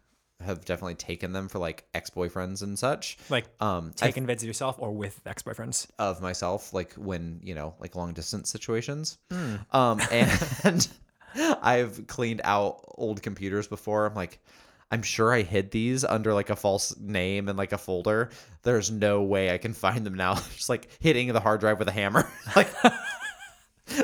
Speaker 2: have definitely taken them for like ex boyfriends and such.
Speaker 5: Like
Speaker 2: um I-
Speaker 5: taking vids of yourself or with ex boyfriends?
Speaker 2: of myself, like when you know, like long distance situations. Um and I've cleaned out old computers before. I'm like, I'm sure I hid these under like a false name and like a folder. There's no way I can find them now. just like hitting the hard drive with a hammer. like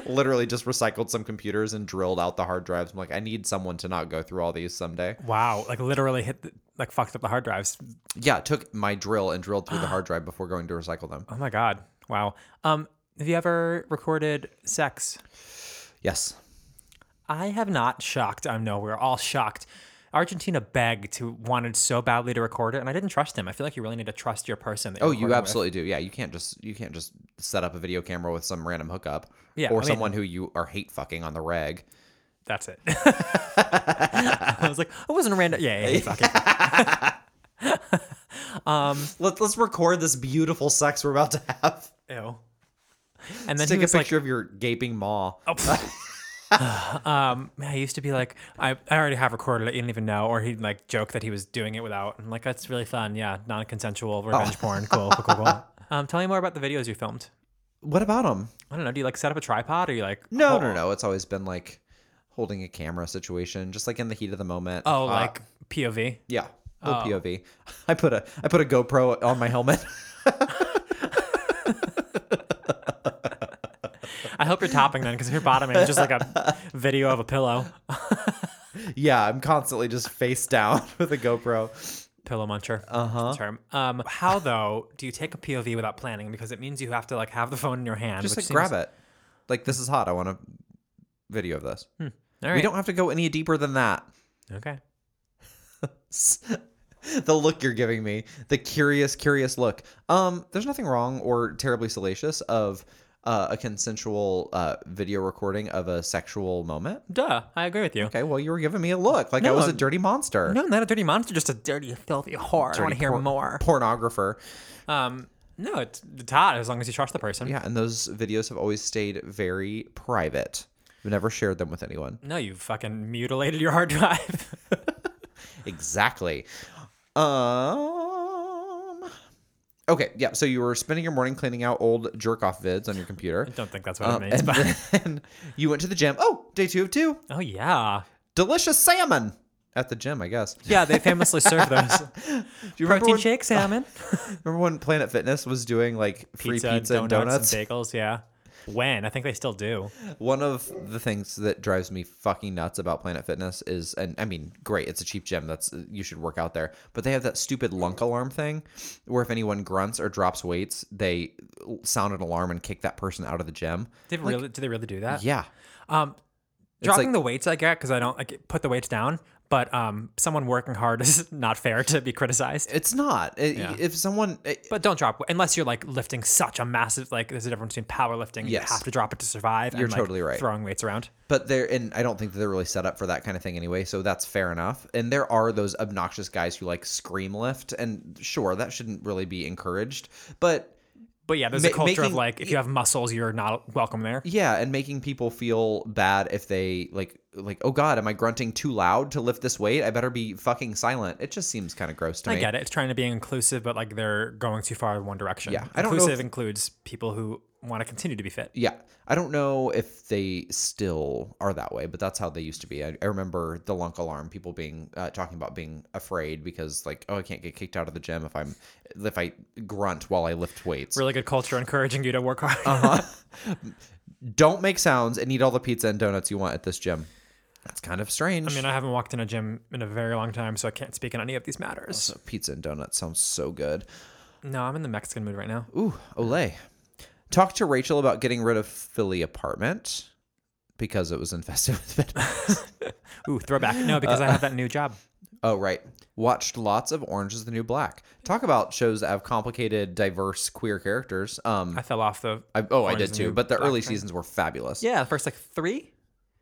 Speaker 2: literally just recycled some computers and drilled out the hard drives. I'm like, I need someone to not go through all these someday.
Speaker 5: Wow. Like literally hit, the, like fucked up the hard drives.
Speaker 2: Yeah, it took my drill and drilled through the hard drive before going to recycle them.
Speaker 5: Oh my God. Wow. Um, have you ever recorded sex?
Speaker 2: Yes.
Speaker 5: I have not shocked. I know we're all shocked. Argentina begged to wanted so badly to record it, and I didn't trust him. I feel like you really need to trust your person. That you're
Speaker 2: Oh, you
Speaker 5: recording
Speaker 2: absolutely do. Yeah, you can't just you can't just set up a video camera with some random hookup.
Speaker 5: Yeah,
Speaker 2: or
Speaker 5: I mean-
Speaker 2: someone who you are hate fucking on the reg.
Speaker 5: with. That's it. I was like, I wasn't a random. Yeah, yeah, yeah, fuck it.
Speaker 2: Let's let's record this beautiful sex we're about to have.
Speaker 5: Ew. And then
Speaker 2: Let's
Speaker 5: he
Speaker 2: take a
Speaker 5: was like,
Speaker 2: picture of your gaping maw.
Speaker 5: "Man, I used to be like, I, I already have recorded it. You didn't even know." Or he'd like joke that he was doing it without. I'm like, that's really fun. Yeah, non-consensual revenge
Speaker 2: Oh.
Speaker 5: porn. Cool, cool, cool. cool. Um, tell me more about the videos you filmed.
Speaker 2: What about them?
Speaker 5: I don't know. Do you like set up a tripod? Or you like oh,
Speaker 2: No,
Speaker 5: hold-
Speaker 2: no, no. It's always been like holding a camera situation, just like in the heat of the moment.
Speaker 5: Oh,
Speaker 2: Uh,
Speaker 5: like POV.
Speaker 2: yeah, little POV. I put a I put a GoPro on my helmet.
Speaker 5: I hope you're topping then, because if you're bottoming, it's just like a video of a pillow,
Speaker 2: yeah, I'm constantly just face down with a GoPro.
Speaker 5: pillow muncher uh-huh. term. Um, how though do you take a POV without planning? Because it means you have to like have the phone in your hand.
Speaker 2: Just
Speaker 5: which
Speaker 2: like grab
Speaker 5: seems-
Speaker 2: it. Like this is hot. I want a video of this.
Speaker 5: All right.
Speaker 2: We don't have to go any deeper than that.
Speaker 5: Okay.
Speaker 2: the look you're giving me, the curious, curious look. Um, there's nothing wrong or terribly salacious of uh, a consensual uh, video recording of a sexual moment.
Speaker 5: Duh. I agree with you.
Speaker 2: Okay, well, you were giving me a look like I was a
Speaker 5: I'm-
Speaker 2: dirty monster.
Speaker 5: No, not a dirty monster, just a dirty, filthy whore. I want
Speaker 2: Dirty
Speaker 5: to hear
Speaker 2: por-
Speaker 5: more.
Speaker 2: Pornographer.
Speaker 5: Um, no, it's, it's hot as long as you trust the person.
Speaker 2: Yeah, and those videos have always stayed very private. I've never shared them with anyone.
Speaker 5: No, you fucking mutilated your hard drive.
Speaker 2: Exactly. Um. Okay, yeah. So you were spending your morning cleaning out old jerk off vids on your computer.
Speaker 5: don't think that's what
Speaker 2: Um,
Speaker 5: it means.
Speaker 2: and
Speaker 5: But
Speaker 2: then you went to the gym. Oh, day two of two.
Speaker 5: oh yeah,
Speaker 2: Delicious salmon at the gym, I guess. Do
Speaker 5: yeah. They famously serve those
Speaker 2: you remember
Speaker 5: protein
Speaker 2: when,
Speaker 5: shake salmon,
Speaker 2: Remember when Planet Fitness was doing like free pizza, and donuts?
Speaker 5: and bagels. Yeah. When I think they still do.
Speaker 2: One of the things that drives me fucking nuts about Planet Fitness is, and I mean, great, it's a cheap gym. That's you should work out there. But they have that stupid lunk alarm thing, where if anyone grunts or drops weights, they sound an alarm and kick that person out of the gym.
Speaker 5: Did really? Do they really do that?
Speaker 2: Yeah,
Speaker 5: Um, dropping
Speaker 2: like-
Speaker 5: the weights I get because I don't like put the weights down. But um, someone working hard is not fair to be criticized.
Speaker 2: it's not. It-
Speaker 5: Yeah.
Speaker 2: If someone, it-
Speaker 5: But don't drop unless you're like lifting such a massive like. There's a difference between powerlifting. and You
Speaker 2: Yes.
Speaker 5: have to drop it to survive.
Speaker 2: You're
Speaker 5: and, like,
Speaker 2: totally right.
Speaker 5: Throwing weights around.
Speaker 2: But they're and I don't think that they're really set up for that kind of thing anyway, so that's fair enough. And there are those obnoxious guys who like scream lift, and sure, that shouldn't really be encouraged. But
Speaker 5: But yeah, there's a
Speaker 2: Ma-
Speaker 5: culture of
Speaker 2: making-
Speaker 5: like if you have muscles, you're not welcome there.
Speaker 2: Yeah, and making people feel bad if they like like oh god, am I grunting too loud to lift this weight? I better be fucking silent. It just seems kind of gross to
Speaker 5: I
Speaker 2: me.
Speaker 5: get it. It's trying to be inclusive, but like they're going too far in one direction.
Speaker 2: Yeah, I don't know
Speaker 5: inclusive
Speaker 2: if-
Speaker 5: includes people who want to continue to be fit.
Speaker 2: Yeah, I don't know if they still are that way, but that's how they used to be. I, I remember the lunk alarm people being uh, talking about being afraid because like oh I can't get kicked out of the gym if I'm if I grunt while I lift weights.
Speaker 5: Really good culture encouraging you to work hard.
Speaker 2: Don't make sounds and eat all the pizza and donuts you want at this gym. That's kind of strange.
Speaker 5: I mean, I haven't walked in a gym in a very long time, so I can't speak on any of these matters.
Speaker 2: pizza and donuts sounds so good.
Speaker 5: No, I'm in the Mexican mood right now.
Speaker 2: Ooh, Olay. Talk to Rachel about getting rid of Philly apartment because it was infested with bedbugs.
Speaker 5: Ooh, throwback.
Speaker 2: Uh,
Speaker 5: No, because I have that new job.
Speaker 2: oh, right. Watched lots of Orange is the New Black. Talk about shows that have complicated, diverse queer characters. Um,
Speaker 5: I fell off the.
Speaker 2: I, oh, I
Speaker 5: Orange is
Speaker 2: did
Speaker 5: the
Speaker 2: too.
Speaker 5: New
Speaker 2: But the
Speaker 5: Black
Speaker 2: early
Speaker 5: train.
Speaker 2: seasons were fabulous.
Speaker 5: Yeah, the first like three.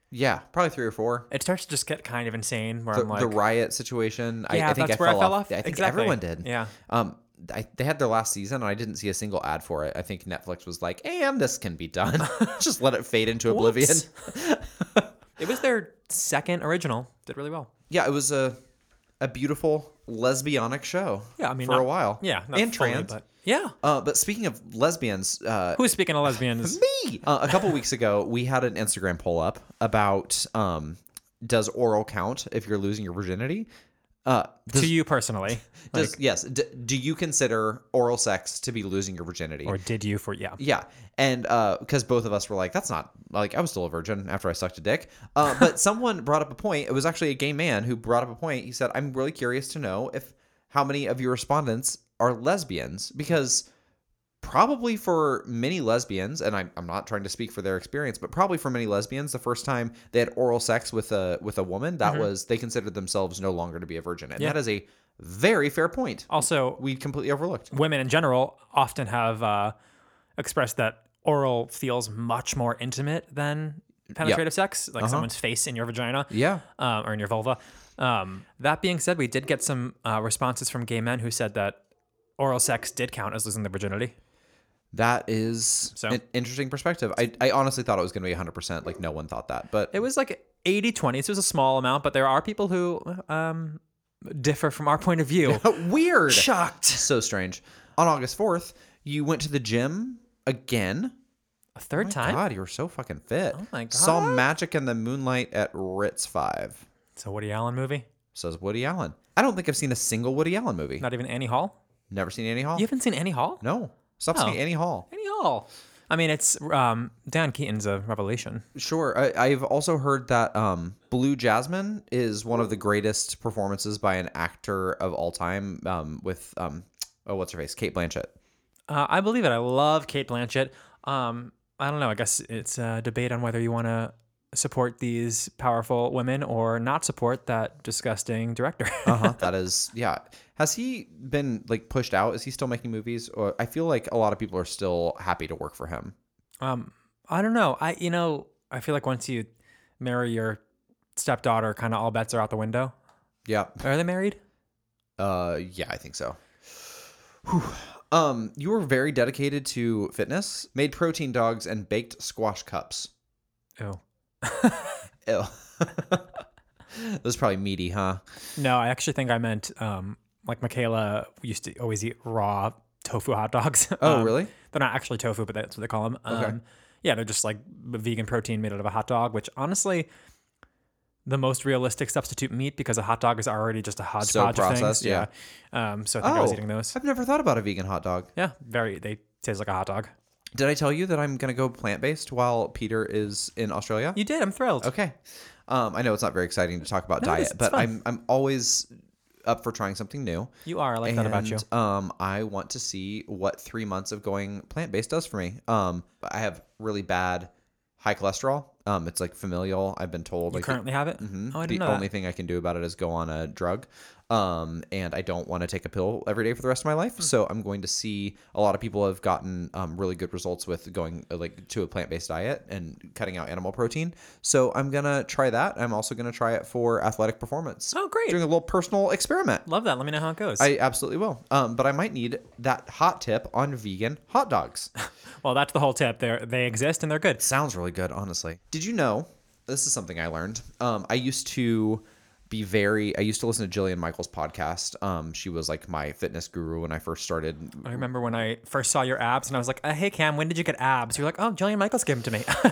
Speaker 2: yeah, probably three or four.
Speaker 5: It starts to just get kind of insane where
Speaker 2: The,
Speaker 5: I'm like,
Speaker 2: the riot situation.
Speaker 5: Yeah,
Speaker 2: I, I think
Speaker 5: that's
Speaker 2: I
Speaker 5: where I
Speaker 2: fell
Speaker 5: fell
Speaker 2: off.
Speaker 5: off.
Speaker 2: I think
Speaker 5: Exactly.
Speaker 2: everyone did.
Speaker 5: Yeah.
Speaker 2: Um, I, they had their last season, and I didn't see a single ad for it. I think Netflix was like, "And this can be done. Just let it fade into oblivion."
Speaker 5: it was their second original. Did really well.
Speaker 2: yeah, it was a a beautiful lesbianic show.
Speaker 5: Yeah, I mean,
Speaker 2: for
Speaker 5: not-
Speaker 2: a while.
Speaker 5: Yeah, not
Speaker 2: and
Speaker 5: fully,
Speaker 2: trans.
Speaker 5: but yeah.
Speaker 2: Uh, but speaking of lesbians, uh,
Speaker 5: Who's speaking of lesbians?
Speaker 2: me? Uh, a couple weeks ago, we had an Instagram poll up about um, does oral count if you're losing your virginity? Uh, does,
Speaker 5: to you personally,
Speaker 2: does- yes. D- do you consider oral sex to be losing your virginity?
Speaker 5: or did you for yeah?
Speaker 2: Yeah, and because both of us were like, "That's not like I was still a virgin after I sucked a dick." Uh, but someone brought up a point. It was actually a gay man who brought up a point. He said, "I'm really curious to know if how many of your respondents are lesbians because." Probably for many lesbians, and I'm, I'm not trying to speak for their experience, but probably for many lesbians, the first time they had oral sex with a with a woman, that was they considered themselves no longer to be a virgin, and
Speaker 5: Yeah.
Speaker 2: that is a very fair point.
Speaker 5: Also,
Speaker 2: We completely overlooked.
Speaker 5: women in general often have uh, expressed that oral feels much more intimate than penetrative sex, like someone's face in your vagina,
Speaker 2: Uh-huh. Yeah.
Speaker 5: um, or in your vulva. Um, that being said, we did get some uh, responses from gay men who said that oral sex did count as losing their virginity.
Speaker 2: That is
Speaker 5: So?
Speaker 2: an interesting perspective. I, I honestly thought it was going to be 100%. Like, no one thought that. But
Speaker 5: It was like 80 20. It was a small amount, but there are people who um, differ from our point of view.
Speaker 2: weird.
Speaker 5: Shocked.
Speaker 2: So strange. On August 4th, you went to the gym again.
Speaker 5: A third time?
Speaker 2: God, you were so fucking fit. Oh
Speaker 5: my
Speaker 2: Saw
Speaker 5: God.
Speaker 2: Magic in the Moonlight at Ritz 5,
Speaker 5: It's a Woody Allen movie.
Speaker 2: says Woody Allen. I don't think I've seen a single Woody Allen movie.
Speaker 5: Not even Annie Hall.
Speaker 2: Never seen Annie Hall.
Speaker 5: You haven't seen Annie Hall?
Speaker 2: No. Stop
Speaker 5: Oh.
Speaker 2: seeing Annie Hall.
Speaker 5: Annie Hall. I mean, it's um, Dan Keaton's a revelation.
Speaker 2: Sure. I, I've also heard that um, Blue Jasmine is one of the greatest performances by an actor of all time um, with, um, oh, what's her face? Kate Blanchett.
Speaker 5: Uh, I believe it. I love Kate Blanchett. Um, I don't know. I guess it's a debate on whether you want to support these powerful women or not support that disgusting director.
Speaker 2: Uh-huh. that is, yeah. Has he been like pushed out? Is he still making movies? Or I feel like a lot of people are still happy to work for him.
Speaker 5: um, I don't know. I you know I feel like once you marry your stepdaughter, kind of all bets are out the window.
Speaker 2: Yeah.
Speaker 5: Are they married?
Speaker 2: Uh, yeah, I think so. Whew. Um, you were very dedicated to fitness, made protein dogs and baked squash cups.
Speaker 5: Oh
Speaker 2: Ew. Those probably meaty, huh?
Speaker 5: no, I actually think I meant um, like Michaela used to always eat raw tofu hot dogs.
Speaker 2: Oh,
Speaker 5: Um,
Speaker 2: really?
Speaker 5: They're not actually tofu, but that's what they call them. Um, Yeah, they're just like vegan protein made out of a hot dog, which honestly, the most realistic substitute meat because a hot dog is already just a hodgepodge
Speaker 2: processed,
Speaker 5: of things.
Speaker 2: yeah. Oh,
Speaker 5: Um, so I think I was eating those.
Speaker 2: I've never thought about a vegan hot dog.
Speaker 5: Yeah, very. They taste like a hot dog.
Speaker 2: Did I tell you that I'm gonna go plant based while Peter is in Australia?
Speaker 5: You did. I'm thrilled.
Speaker 2: okay. Um, I know it's not very exciting to talk about
Speaker 5: No, it
Speaker 2: diet,
Speaker 5: is. It's
Speaker 2: but
Speaker 5: fun.
Speaker 2: I'm I'm always up for trying something new.
Speaker 5: You are. I like that about you.
Speaker 2: And, Um, I want to see what three months of going plant based does for me. Um, I have really bad high cholesterol. Um, it's like familial. I've been told
Speaker 5: You
Speaker 2: like
Speaker 5: currently have it?
Speaker 2: Mhm.
Speaker 5: Oh, I
Speaker 2: the
Speaker 5: didn't know
Speaker 2: only
Speaker 5: that.
Speaker 2: thing I can do about it is go on a drug. um, and I don't want to take a pill every day for the rest of my
Speaker 5: Hmm.
Speaker 2: life. So I'm going to see a lot of people have gotten um, really good results with going uh, like to a plant based diet and cutting out animal protein. So I'm gonna try that. I'm also gonna try it for athletic performance.
Speaker 5: Oh, great.
Speaker 2: Doing a little personal experiment.
Speaker 5: Love that. Let me know how it goes.
Speaker 2: I absolutely will. Um, but I might need that hot tip on vegan hot dogs.
Speaker 5: well, that's the whole tip. They they exist and they're good.
Speaker 2: Sounds really good, honestly. Did you know? This is something I learned. Um, I used to be very. I used to listen to Jillian Michaels' podcast. Um, she was like my fitness guru when I first started.
Speaker 5: I remember when I first saw your abs and I was like, uh, "Hey Cam, when did you get abs?" You're like, "Oh, Jillian Michaels gave them to me."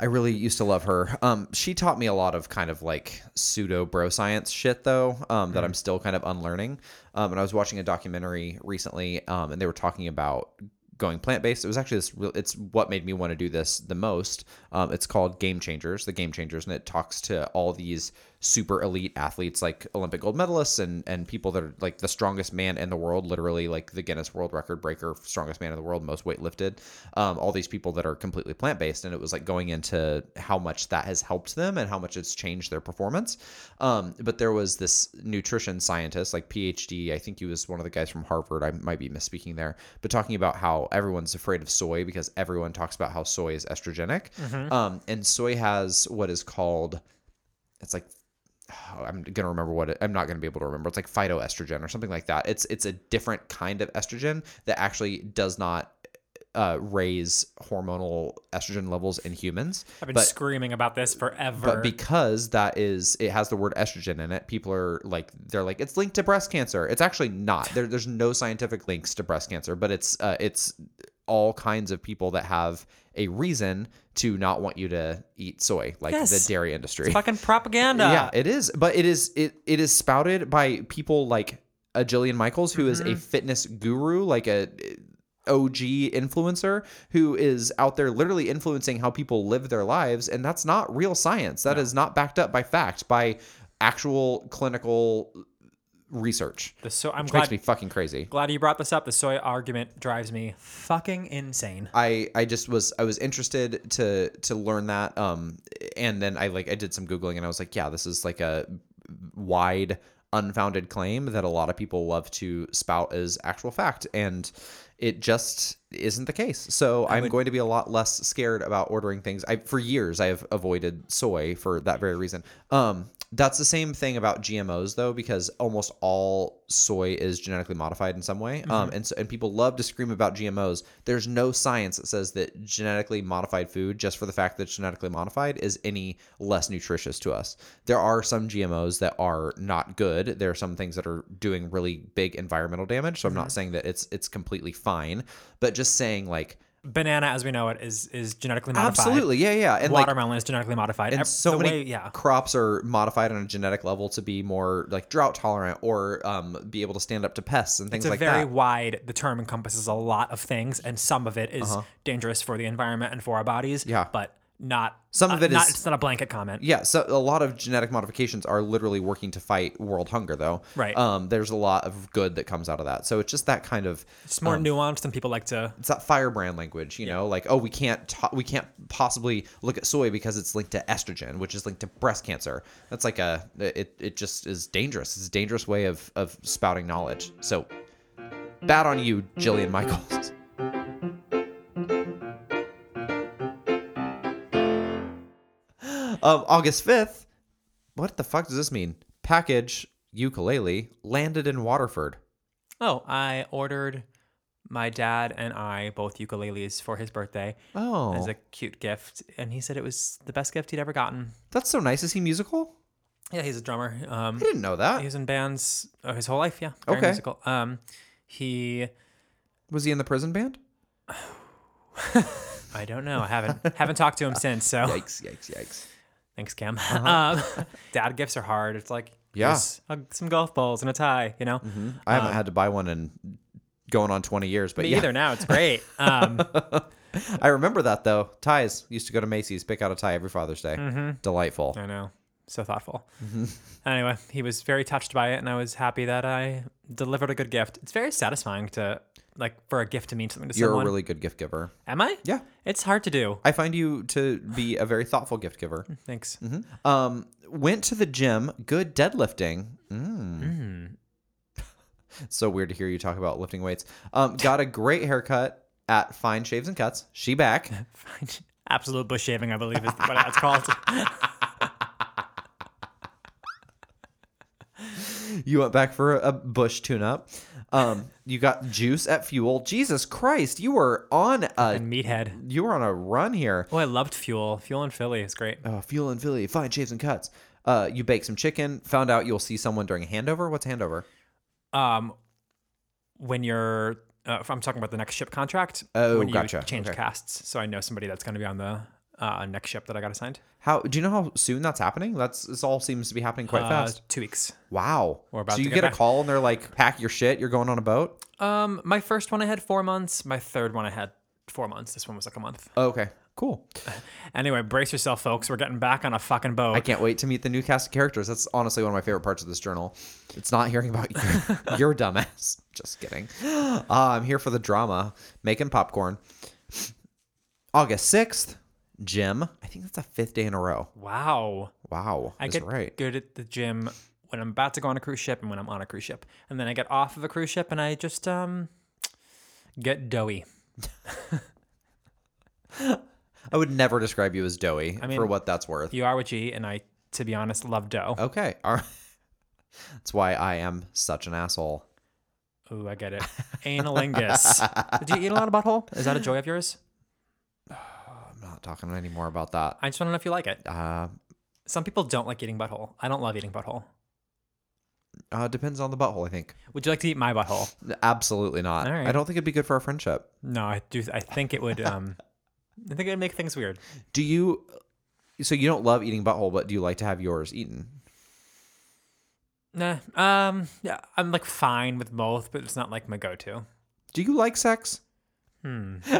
Speaker 2: I really used to love her. Um, she taught me a lot of kind of like pseudo bro science shit though, um, that I'm still kind of unlearning. Um, and I was watching a documentary recently, um, and they were talking about going plant based. It was actually this. real- It's what made me want to do this the most. Um, it's called Game Changers, the Game Changers, and it talks to all these super elite athletes like Olympic gold medalists and and people that are like the strongest man in the world, literally like the Guinness World Record breaker, strongest man in the world, most weight lifted. Um, all these people that are completely plant based, and it was like going into how much that has helped them and how much it's changed their performance. Um, but there was this nutrition scientist, like PhD, I think he was one of the guys from Harvard. I might be misspeaking there, but talking about how everyone's afraid of soy because everyone talks about how soy is estrogenic, um, and soy has what is called it's like oh, I'm gonna remember what it, I'm not gonna be able to remember. It's like phytoestrogen or something like that. It's it's a different kind of estrogen that actually does not uh, raise hormonal estrogen levels in humans.
Speaker 5: I've been
Speaker 2: but-
Speaker 5: screaming about this forever.
Speaker 2: but because that is it has the word estrogen in it people are like they're like it's linked to breast cancer it's actually not there, there's no scientific links to breast cancer but it's uh, it's all kinds of people that have a reason to not want you to eat soy like
Speaker 5: Yes.
Speaker 2: the dairy industry
Speaker 5: fucking propaganda.
Speaker 2: yeah, it is. But it is it it is spouted by people like a Jillian Michaels, who is a fitness guru, like a OG influencer, who is out there literally influencing how people live their lives, and that's not real science. That is not backed up by fact, by actual clinical research.
Speaker 5: The so I'm
Speaker 2: which
Speaker 5: glad
Speaker 2: makes me fucking crazy.
Speaker 5: glad you brought this up. The soy argument drives me fucking insane.
Speaker 2: I I just was I was interested to to learn that um and then I like I did some googling and I was like yeah this is like a wide unfounded claim that a lot of people love to spout as actual fact and it just isn't the case. So I'm going to be a lot less scared about ordering things. I for years I have avoided soy for that very reason. Um that's the same thing about GMOs though, because almost all soy is genetically modified in some way. Um, and so, and people love to scream about GMOs. There's no science that says that genetically modified food, just for the fact that it's genetically modified, is any less nutritious to us. There are some GMOs that are not good. There are some things that are doing really big environmental damage. So I'm not saying that it's it's completely fine, but just saying like
Speaker 5: Banana, as we know it, is is genetically modified.
Speaker 2: absolutely, yeah, yeah, and like
Speaker 5: Watermelon is genetically modified. Ev-
Speaker 2: and so
Speaker 5: the
Speaker 2: many
Speaker 5: way- yeah.
Speaker 2: crops are modified on a genetic level to be more like drought tolerant or um, be able to stand up to pests and things
Speaker 5: It's a
Speaker 2: like
Speaker 5: very
Speaker 2: that.
Speaker 5: wide. The term encompasses a lot of things, and some of it is dangerous for the environment and for our bodies.
Speaker 2: Uh-huh. Yeah.
Speaker 5: but not
Speaker 2: Some of
Speaker 5: uh,
Speaker 2: it
Speaker 5: not-
Speaker 2: is-
Speaker 5: It's not a blanket comment.
Speaker 2: yeah, so a lot of genetic modifications are literally working to fight world hunger, though.
Speaker 5: Right.
Speaker 2: Um, there's a lot of good that comes out of that. So it's just that kind of
Speaker 5: It's more nuanced than people like to.
Speaker 2: it's that firebrand language, you know, like oh we can't ta- we can't possibly look at soy because it's linked to estrogen, which is linked to breast cancer. That's like a it it just is dangerous. It's a dangerous way of of spouting knowledge. So bad on you, Jillian Michaels. um, August 5th. What the fuck does this mean? Package ukulele landed in Waterford.
Speaker 5: Oh, I ordered my dad and I both ukuleles for his birthday
Speaker 2: Oh.
Speaker 5: as a cute gift, and he said it was the best gift he'd ever gotten.
Speaker 2: That's so nice. Is he musical?
Speaker 5: Yeah, he's a drummer. Um,
Speaker 2: I didn't know that.
Speaker 5: he's in bands uh, his whole life. Yeah, very
Speaker 2: Okay.
Speaker 5: musical. Um, he
Speaker 2: Was he in the prison band?
Speaker 5: I don't know. I haven't haven't talked to him since. So
Speaker 2: Yikes, yikes, yikes.
Speaker 5: Thanks, Cam. Um, dad gifts are hard. It's like
Speaker 2: Uh-huh. Yeah. Mm-hmm.
Speaker 5: here's a, some golf balls and a tie. You know,
Speaker 2: I haven't had to buy one in going on 20 years, but
Speaker 5: me
Speaker 2: yeah,
Speaker 5: either. Now it's great. Um,
Speaker 2: I remember that though. Ties used to go to Macy's, pick out a tie every Father's Day. Delightful.
Speaker 5: I know, so thoughtful.
Speaker 2: Mm-hmm.
Speaker 5: Anyway, he was very touched by it, and I was happy that I delivered a good gift. It's very satisfying to like for a gift to mean something to
Speaker 2: You're
Speaker 5: someone.
Speaker 2: a really good gift giver.
Speaker 5: Am I?
Speaker 2: Yeah.
Speaker 5: It's hard to do.
Speaker 2: I find you to be a very thoughtful gift giver. Mm-hmm.
Speaker 5: Thanks.
Speaker 2: Um, went to the gym, good deadlifting. Mm. It's so weird to hear you talk about lifting weights. Um, got a great haircut at Fine Shaves and Cuts. She back.
Speaker 5: Absolute bush shaving, I believe, is what that's called.
Speaker 2: You went back for a bush tune-up. Um, you got juice at Fuel. Jesus Christ, you were on a
Speaker 5: and meathead.
Speaker 2: you were on a run here.
Speaker 5: Oh, I loved Fuel. Fuel in Philly is great.
Speaker 2: Uh, Fuel and Philly, Fine Shaves and Cuts. Uh, you bake some chicken. Found out you'll see someone during a handover. What's handover?
Speaker 5: Um, when you're, uh, if I'm talking about the next ship contract.
Speaker 2: Oh,
Speaker 5: when you
Speaker 2: gotcha.
Speaker 5: Change
Speaker 2: Okay.
Speaker 5: casts, so I know somebody that's going to be on the uh, next ship that I got assigned.
Speaker 2: How do you know how soon that's happening? That's this all seems to be happening quite
Speaker 5: Uh,
Speaker 2: fast.
Speaker 5: Two weeks.
Speaker 2: Wow.
Speaker 5: we're about
Speaker 2: so
Speaker 5: to
Speaker 2: you
Speaker 5: get
Speaker 2: get a
Speaker 5: back.
Speaker 2: call and they're like, "Pack your shit. You're going on a boat."
Speaker 5: Um, my first one I had four months. My third one I had four months. This one was like a month.
Speaker 2: Okay. Cool.
Speaker 5: Anyway, brace yourself, folks. We're getting back on a fucking boat.
Speaker 2: I can't wait to meet the new cast of characters. That's honestly one of my favorite parts of this journal. It's not hearing about you. You're a dumbass. Just kidding. Ah, I'm here for the drama, making popcorn. August 6th, gym. I think that's the fifth day in a row.
Speaker 5: Wow.
Speaker 2: Wow.
Speaker 5: I
Speaker 2: that's
Speaker 5: get
Speaker 2: right.
Speaker 5: good at the gym when I'm about to go on a cruise ship and when I'm on a cruise ship. And then I get off of a cruise ship and I just um get doughy.
Speaker 2: I would never describe you as doughy
Speaker 5: mean,
Speaker 2: for what that's worth.
Speaker 5: You are with G and I to be honest love dough.
Speaker 2: okay. All right. That's why I am such an asshole.
Speaker 5: Ooh, I get it. Analingus. Did you eat a lot of butthole? Is that a joy of yours?
Speaker 2: I'm not talking anymore about that.
Speaker 5: I just want to know if you like it.
Speaker 2: Uh,
Speaker 5: Some people don't like eating butthole. I don't love eating butthole.
Speaker 2: uh, depends on the butthole, I think.
Speaker 5: Would you like to eat my butthole?
Speaker 2: Absolutely not.
Speaker 5: All right.
Speaker 2: I don't think it'd be good for our friendship.
Speaker 5: No, I do I think it would um I think it would make things weird.
Speaker 2: Do you? So you don't love eating butthole, but do you like to have yours eaten?
Speaker 5: Nah. Um yeah, I'm like fine with both, but it's not like my go to.
Speaker 2: Do you like sex? Hmm.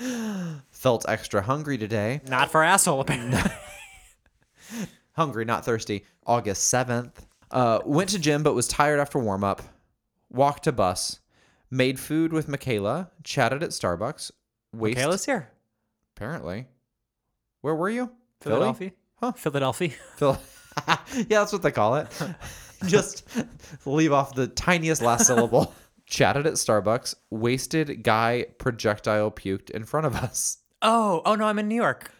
Speaker 2: Felt extra hungry today.
Speaker 5: Not for asshole apparently.
Speaker 2: Hungry, not thirsty. August seventh. Uh, went to gym, but was tired after warm up. Walked to bus. Made food with Michaela. Chatted at Starbucks. Waste,
Speaker 5: Kayla's here.
Speaker 2: apparently. Where were you? Philly?
Speaker 5: Philadelphia.
Speaker 2: Huh.
Speaker 5: Philadelphia.
Speaker 2: Phil- yeah, that's what they call it. Just leave off the tiniest last syllable. Chatted at Starbucks. Wasted guy projectile puked in front of us.
Speaker 5: Oh, oh no, I'm in New York.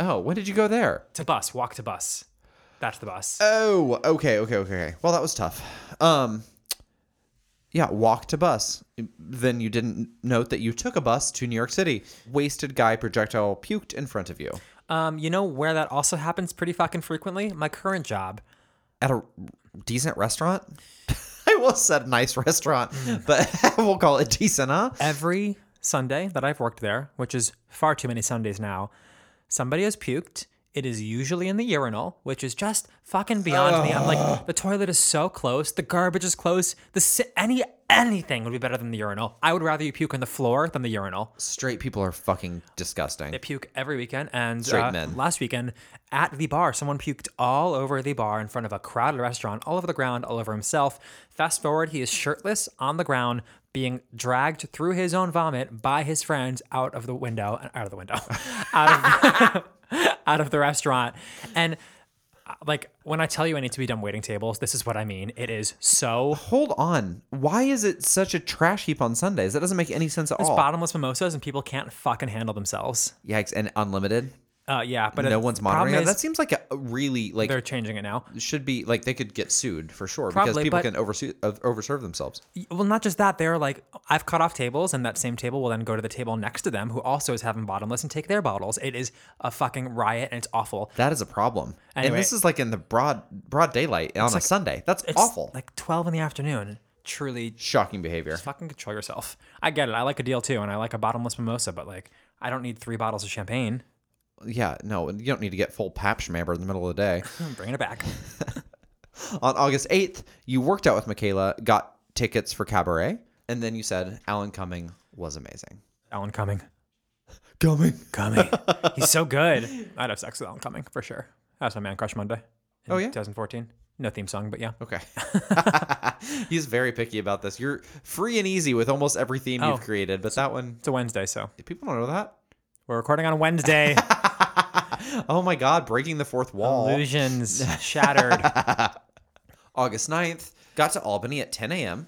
Speaker 2: Oh, when did you go there?
Speaker 5: To bus, walk to bus. That's the bus.
Speaker 2: Oh, okay, okay, okay, okay. Well, that was tough. Um, yeah, walk to bus. Then you didn't note that you took a bus to New York City. Wasted guy projectile puked in front of you
Speaker 5: Um, you know where that also happens pretty fucking frequently? My current job.
Speaker 2: at a decent restaurant. I will said nice restaurant, but we'll call it decent, huh?
Speaker 5: Every Sunday that I've worked there, which is far too many Sundays now, somebody has puked. It is usually in the urinal, which is just fucking beyond me. I'm like, the toilet is so close, the garbage is close. The si- any anything would be better than the urinal. I would rather you puke on the floor than the urinal.
Speaker 2: straight people are fucking disgusting.
Speaker 5: They puke every weekend, and
Speaker 2: Straight
Speaker 5: uh,
Speaker 2: men.
Speaker 5: last weekend at the bar, someone puked all over the bar in front of a crowded restaurant, all over the ground, all over himself. Fast forward, he is shirtless on the ground, being dragged through his own vomit by his friends out of the window, out of the window, out of out of the restaurant, and. uh, Like when I tell you I need to be done waiting tables, this is what I mean. It is so
Speaker 2: Hold on. Why is it such a trash heap on Sundays? That doesn't make any sense at all.
Speaker 5: bottomless mimosas, and people can't fucking handle themselves.
Speaker 2: Yikes. And unlimited.
Speaker 5: Uh, yeah, but
Speaker 2: no
Speaker 5: it-
Speaker 2: one's
Speaker 5: the problem
Speaker 2: monitoring it.
Speaker 5: is
Speaker 2: That seems like a really like
Speaker 5: they're changing it now.
Speaker 2: should be like they could get sued for sure because
Speaker 5: Probably,
Speaker 2: people
Speaker 5: but-
Speaker 2: can oversue, uh, overserve themselves.
Speaker 5: Well, not just that, they're like, I've cut off tables, and that same table will then go to the table next to them who also is having bottomless and take their bottles. It is a fucking riot and it's awful.
Speaker 2: That is a problem. and
Speaker 5: Anyway.
Speaker 2: this is like in the broad broad daylight on a Sunday. That's
Speaker 5: It's
Speaker 2: awful.
Speaker 5: Like 12 in the afternoon. Truly,
Speaker 2: Shocking behavior.
Speaker 5: fucking control yourself. I get it. I like a deal too, and I like a bottomless mimosa, but like, I don't need three bottles of champagne.
Speaker 2: Yeah, no, you don't need to get full pap schmamber in the middle of the day.
Speaker 5: I'm bringing Hmm, it back.
Speaker 2: on August 8th, you worked out with Michaela, got tickets for cabaret, and then you said Alan Cumming was amazing.
Speaker 5: Alan Cumming.
Speaker 2: Cumming.
Speaker 5: Cumming. He's so good. I'd have sex with Alan Cumming for sure. That was my Man Crush Monday. in
Speaker 2: Oh, yeah?
Speaker 5: 2014. No theme song, but yeah.
Speaker 2: Okay. He's very picky about this. You're free and easy with almost every theme
Speaker 5: Oh.
Speaker 2: you've created, but that one,
Speaker 5: It's a Wednesday, so
Speaker 2: people don't know that.
Speaker 5: we're recording on a Wednesday.
Speaker 2: Oh my God, breaking the fourth wall.
Speaker 5: Illusions shattered.
Speaker 2: August 9th, got to Albany at 10 a.m.,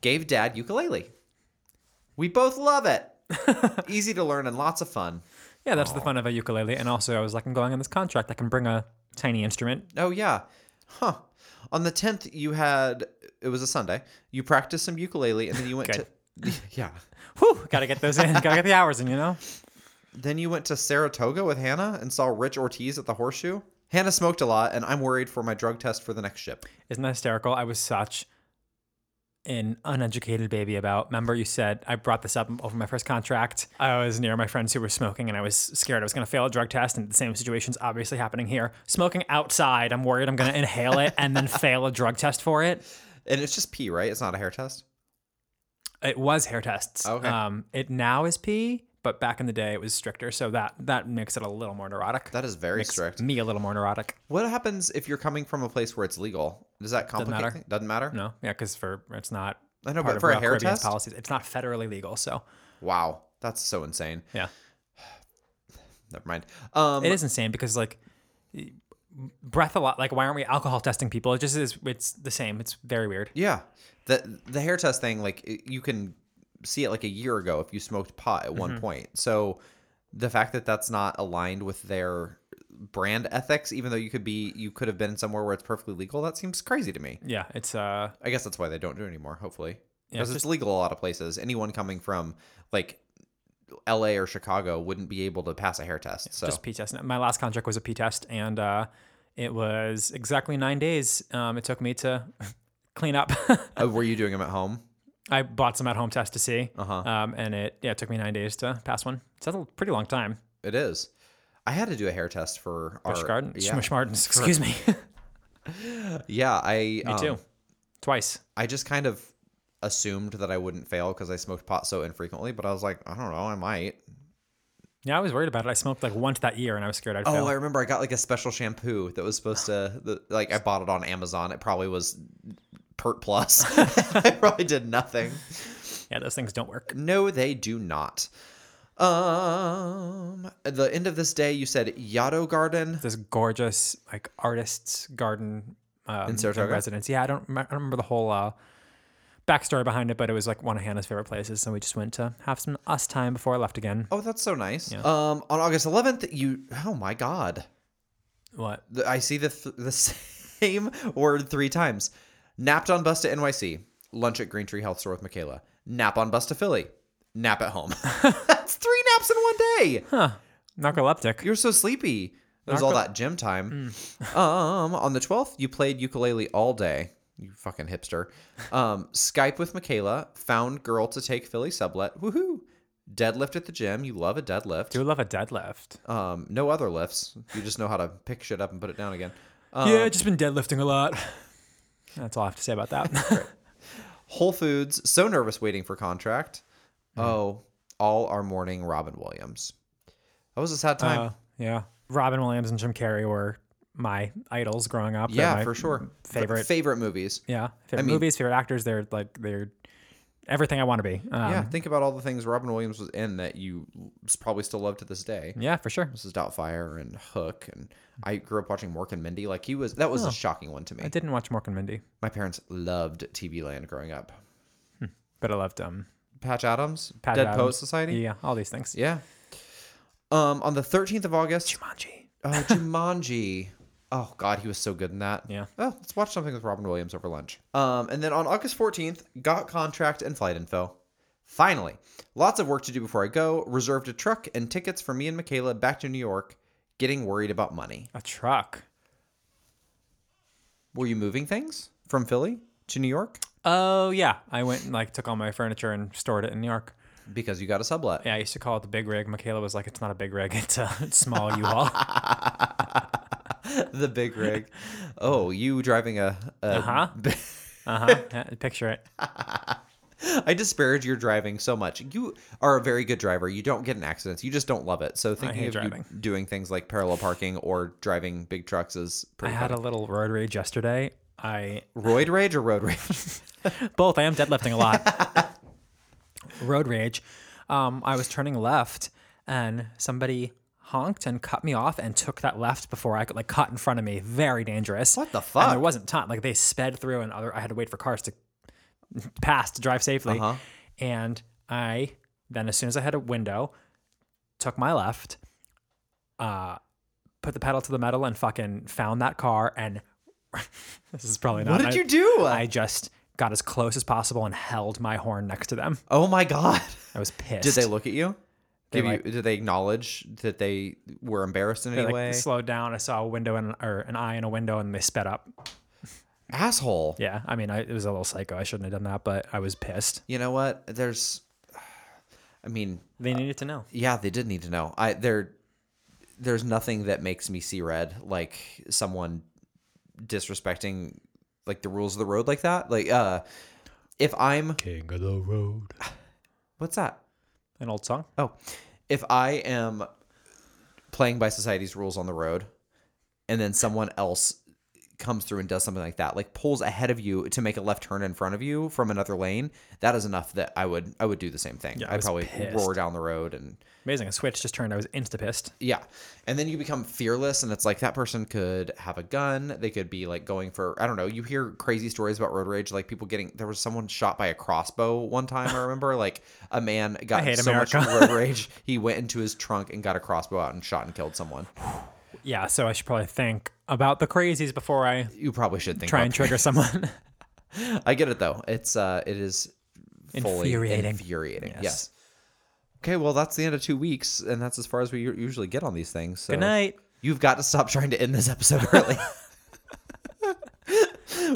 Speaker 2: gave dad ukulele. We both love it. Easy to learn and lots of fun.
Speaker 5: Yeah, that's the fun of a ukulele. And also, I was like, I'm going on this contract. I can bring a tiny instrument.
Speaker 2: Oh, yeah. Huh. On the 10th, you had, it was a Sunday, you practiced some ukulele and then you went
Speaker 5: Good.
Speaker 2: to, yeah.
Speaker 5: Whew, gotta get those in. gotta get the hours in, you know?
Speaker 2: Then you went to Saratoga with Hannah and saw Rich Ortiz at the Horseshoe. Hannah smoked a lot, and I'm worried for my drug test for the next ship.
Speaker 5: Isn't that hysterical? I was such an uneducated baby about. Remember, you said I brought this up over my first contract. I was near my friends who were smoking, and I was scared I was going to fail a drug test. And the same situation's obviously happening here. Smoking outside, I'm worried I'm going to inhale it and then fail a drug test for it.
Speaker 2: And it's just pee, right? It's not a hair test.
Speaker 5: It was hair tests.
Speaker 2: Okay.
Speaker 5: Um, it now is pee, but back in the day it was stricter. So that that makes it a little more neurotic.
Speaker 2: That is very
Speaker 5: Makes
Speaker 2: strict.
Speaker 5: Me a little more neurotic.
Speaker 2: What happens if you're coming from a place where it's legal? Does that complicate?
Speaker 5: matter.
Speaker 2: things? Doesn't matter.
Speaker 5: No, yeah, because for it's not.
Speaker 2: I know,
Speaker 5: part
Speaker 2: but
Speaker 5: of
Speaker 2: for a
Speaker 5: Royal
Speaker 2: hair
Speaker 5: Caribbean's
Speaker 2: test?
Speaker 5: policies, it's not federally legal. So
Speaker 2: Wow, that's so insane.
Speaker 5: yeah.
Speaker 2: Never mind. Um,
Speaker 5: it is insane because like breath a lot like why aren't we alcohol testing people it just is it's the same it's very weird
Speaker 2: Yeah, the the hair test thing, like i- you can see it like a year ago if you smoked pot at
Speaker 5: Mm-hmm.
Speaker 2: one point. So the fact that that's not aligned with their brand ethics, even though you could be, you could have been somewhere where it's perfectly legal. That seems crazy to me.
Speaker 5: yeah it's uh
Speaker 2: I guess that's why they don't do it anymore, hopefully.
Speaker 5: Yeah,
Speaker 2: Because
Speaker 5: it's
Speaker 2: it's, legal a lot of places. Anyone coming from like LA or Chicago wouldn't be able to pass a hair test. So
Speaker 5: just p test my last contract was a p test and uh it was exactly nine days um it took me to clean up
Speaker 2: Uh, were you doing them at home?
Speaker 5: i bought some at home test to see uh-huh um and it yeah it took me nine days to pass one it's a pretty long time
Speaker 2: It is. I had to do a hair test for
Speaker 5: Bush
Speaker 2: our
Speaker 5: garden
Speaker 2: Yeah,
Speaker 5: Schmish martins excuse me
Speaker 2: yeah I
Speaker 5: me
Speaker 2: um,
Speaker 5: too twice
Speaker 2: I just kind of assumed that I wouldn't fail because I smoked pot so infrequently, but I was like, I don't know, I might.
Speaker 5: yeah i was worried about it i smoked like once that year and i was scared i'd
Speaker 2: Oh,
Speaker 5: fail
Speaker 2: I remember I got like a special shampoo that was supposed to the, like I bought it on Amazon. It probably was Pert Plus. I probably did nothing.
Speaker 5: yeah those things don't work
Speaker 2: No, they do not. Um, at the end of this day, you said Yaddo Garden.
Speaker 5: this gorgeous like artist's garden um, in
Speaker 2: Saratoga?
Speaker 5: residence. Yeah, I don't, rem- I don't remember the whole uh, backstory behind it, but it was like one of Hannah's favorite places, so we just went to have some us time before I left again.
Speaker 2: Oh, that's so nice. Um, on August 11th, you. Oh my God,
Speaker 5: What?
Speaker 2: Oh, The- I see the th- the same word three times. Napped on bus to NYC. Lunch at Green Tree Health Store with Michaela. Nap on bus to Philly. Nap at home. that's three naps in one day.
Speaker 5: Narcoleptic.
Speaker 2: You're so sleepy. It was all that gym time. um, on the 12th, you played ukulele all day. You fucking hipster. Um, Skype with Michaela. Found girl to take Philly sublet. Woohoo! Deadlift at the gym. You love a deadlift.
Speaker 5: Do love a deadlift.
Speaker 2: Um, no other lifts. You just know how to pick shit up and put it down again.
Speaker 5: yeah, just been deadlifting a lot. That's all I have to say about that.
Speaker 2: Whole Foods. So nervous waiting for contract.
Speaker 5: Mm-hmm.
Speaker 2: Oh, all our morning. Robin Williams. That was a sad time.
Speaker 5: Uh, yeah, Robin Williams and Jim Carrey were my idols growing up. They're
Speaker 2: yeah,
Speaker 5: my
Speaker 2: for sure.
Speaker 5: Favorite.
Speaker 2: favorite movies.
Speaker 5: yeah, favorite
Speaker 2: mean-
Speaker 5: movies, favorite actors. They're like they're everything I want to be. Um,
Speaker 2: yeah, think about all the things Robin Williams was in that you s- probably still love to this day.
Speaker 5: yeah, for sure.
Speaker 2: Mrs. Doubtfire and Hook, and I grew up watching Mork and Mindy. Like he was, that was a shocking one to me.
Speaker 5: I didn't watch Mork and Mindy,
Speaker 2: My parents loved TV Land growing up.
Speaker 5: but I loved um
Speaker 2: Patch Adams,
Speaker 5: Pat
Speaker 2: Dead
Speaker 5: Adams.
Speaker 2: Poet Society.
Speaker 5: Yeah, all these things.
Speaker 2: Yeah. Um, on the 13th of August,
Speaker 5: Jumanji.
Speaker 2: oh Jumanji. Oh God, he was so good in that.
Speaker 5: Yeah.
Speaker 2: Oh, let's watch something with Robin Williams over lunch. Um, and then on August 14th, got contract and flight info. Finally, lots of work to do before I go. Reserved a truck and tickets for me and Michaela back to New York. Getting worried about money.
Speaker 5: A truck.
Speaker 2: Were you moving things from Philly to New York
Speaker 5: Oh yeah, I went and like took all my furniture and stored it in New York.
Speaker 2: because you got a sublet?
Speaker 5: Yeah, I used to call it the big rig. Michaela was like, "It's not a big rig; it's a small U-Haul."
Speaker 2: The big rig. Oh, you driving a. a
Speaker 5: Huh? Uh huh. Picture it.
Speaker 2: I disparage your driving so much. You are a very good driver. You don't get in accidents. You just don't love it. So thinking
Speaker 5: hate
Speaker 2: of
Speaker 5: driving.
Speaker 2: you doing things like parallel parking or driving big trucks is
Speaker 5: I
Speaker 2: pretty.
Speaker 5: had
Speaker 2: funny.
Speaker 5: a little road rage yesterday. I
Speaker 2: roid rage or road rage?
Speaker 5: both. I am deadlifting a lot. road rage. Um, I was turning left, and somebody honked and cut me off and took that left before I could like cut in front of me. Very dangerous.
Speaker 2: What the
Speaker 5: And
Speaker 2: fuck?
Speaker 5: there wasn't time. Like they sped through and other I had to wait for cars to pass to drive safely.
Speaker 2: Uh-huh.
Speaker 5: And I then as soon as I had a window, took my left, uh, put the pedal to the metal and fucking found that car and this is probably not
Speaker 2: What did you do?
Speaker 5: I just got as close as possible and held my horn next to them.
Speaker 2: Oh my god.
Speaker 5: I was pissed.
Speaker 2: Did they look at you? Give
Speaker 5: like-
Speaker 2: you? Did they acknowledge that they were embarrassed in
Speaker 5: They
Speaker 2: any
Speaker 5: like
Speaker 2: way?
Speaker 5: slowed down. I saw a window and or an eye in a window, and they sped up.
Speaker 2: Asshole.
Speaker 5: Yeah, I mean, I, it was a little psycho. I shouldn't have done that, but I was pissed.
Speaker 2: You know what? There's. I mean,
Speaker 5: They needed to know.
Speaker 2: yeah, they did need to know. I there. There's nothing that makes me see red like someone disrespecting like the rules of the road like that. Like uh, if I'm
Speaker 5: King of the road.
Speaker 2: what's that?
Speaker 5: An old song.
Speaker 2: Oh, if I am playing by society's rules on the road, and then someone else comes through and does something like that, like pulls ahead of you to make a left turn in front of you from another lane, that is enough that I would I would do the same thing.
Speaker 5: Yeah, I
Speaker 2: I would
Speaker 5: was
Speaker 2: probably
Speaker 5: pissed.
Speaker 2: roar down the road and
Speaker 5: Amazing. A switch just turned. I was insta pissed.
Speaker 2: yeah. And then you become fearless and it's like that person could have a gun. They could be like going for I don't know, you hear crazy stories about road rage, like people getting there was someone shot by a crossbow one time, I remember. Like a man got
Speaker 5: hate
Speaker 2: so much
Speaker 5: America.
Speaker 2: road rage he went into his trunk and got a crossbow out and shot and killed someone.
Speaker 5: Yeah, so I should probably think about the crazies before I
Speaker 2: You probably should think
Speaker 5: try
Speaker 2: about
Speaker 5: and trigger someone.
Speaker 2: that. I get it though. It's uh it is fully
Speaker 5: Infuriating.
Speaker 2: infuriating.
Speaker 5: Yes.
Speaker 2: Yes. Okay, well that's the end of two weeks, and that's as far as we u- usually get on these things. So
Speaker 5: Good night.
Speaker 2: You've got to stop trying to end this episode early.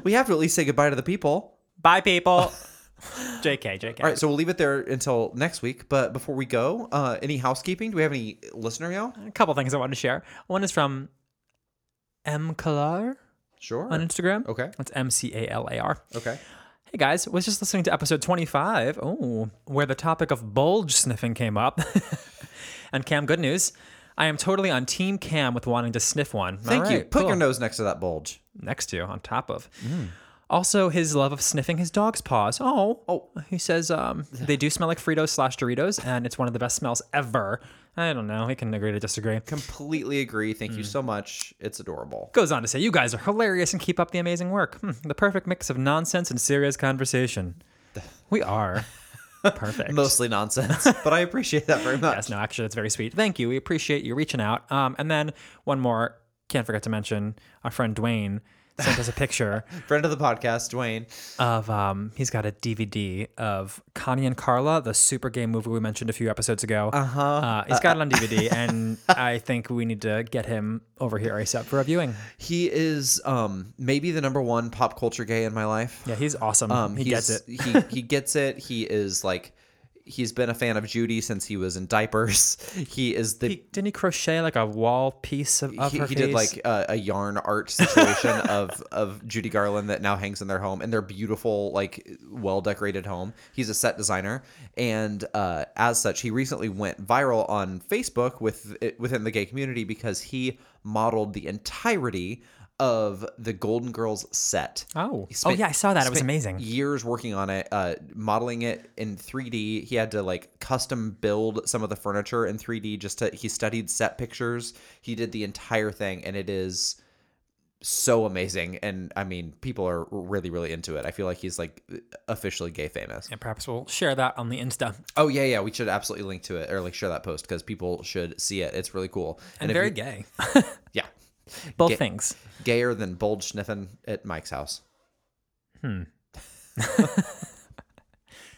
Speaker 2: we have to at least say goodbye to the people.
Speaker 5: Bye, people. JK, JK.
Speaker 2: All right, so we'll leave it there until next week. But before we go, uh, any housekeeping? Do we have any listener mail?
Speaker 5: A couple things I wanted to share. One is from M. Kalar
Speaker 2: Sure.
Speaker 5: on Instagram.
Speaker 2: Okay.
Speaker 5: That's M C A L A R.
Speaker 2: Okay.
Speaker 5: Hey guys, was just listening to episode 25. Oh, where the topic of bulge sniffing came up. and Cam, good news. I am totally on Team Cam with wanting to sniff one.
Speaker 2: Thank
Speaker 5: All
Speaker 2: you.
Speaker 5: right,
Speaker 2: Put
Speaker 5: cool.
Speaker 2: your nose Mm. next to that bulge.
Speaker 5: next to, on top of. Also, his love of sniffing his dog's paws. Oh, oh! He says um, they do smell like Fritos slash Doritos, and it's one of the best smells ever. I don't know. He can agree to disagree.
Speaker 2: Completely agree. Thank
Speaker 5: Mm.
Speaker 2: you so much. It's adorable.
Speaker 5: Goes on to say, "You guys are hilarious and keep up the amazing work. Hmm, the perfect mix of nonsense and serious conversation. We are perfect.
Speaker 2: Mostly nonsense, but I appreciate that very much.
Speaker 5: Yes, no, actually, that's very sweet. Thank you. We appreciate you reaching out. Um, and then one more. Can't forget to mention our friend Dwayne sent us a picture
Speaker 2: Friend of the podcast, Dwayne.
Speaker 5: of um he's got a DVD of Connie and Carla, the super gay movie we mentioned a few episodes ago. Uh-huh.
Speaker 2: Uh,
Speaker 5: he's got it on DVD and I think we need to get him over here ASAP for a viewing.
Speaker 2: He is um, maybe the number one pop culture gay in my life.
Speaker 5: Yeah, he's awesome.
Speaker 2: Um,
Speaker 5: he
Speaker 2: he's-
Speaker 5: gets it.
Speaker 2: he he gets it. He is like he's been a fan of Judy since he was in diapers. He is the
Speaker 5: He, didn't he crochet like a wall piece of, of
Speaker 2: he,
Speaker 5: her
Speaker 2: he did
Speaker 5: face?
Speaker 2: like a, a yarn art situation of of Judy Garland that now hangs in their home in their beautiful like well decorated home. He's a set designer, and uh, as such, he recently went viral on Facebook with it, within the gay community because he modeled the entirety of the Golden Girls set.
Speaker 5: Oh.
Speaker 2: He
Speaker 5: oh yeah, I saw that. It was
Speaker 2: spent
Speaker 5: amazing.
Speaker 2: Years working on it, uh, modeling it in 3D. He had to like custom build some of the furniture in 3D. Just to he studied set pictures. He did the entire thing, and it is so amazing. And I mean, people are really, really into it. I feel like he's like officially gay famous.
Speaker 5: And perhaps we'll share that on the Insta.
Speaker 2: Oh yeah, yeah. We should absolutely link to it or like share that post because people should see it. It's really cool.
Speaker 5: And,
Speaker 2: if
Speaker 5: very
Speaker 2: you-
Speaker 5: gay.
Speaker 2: yeah,
Speaker 5: Both
Speaker 2: Gay-
Speaker 5: things.
Speaker 2: gayer than bulge sniffing at Mike's house.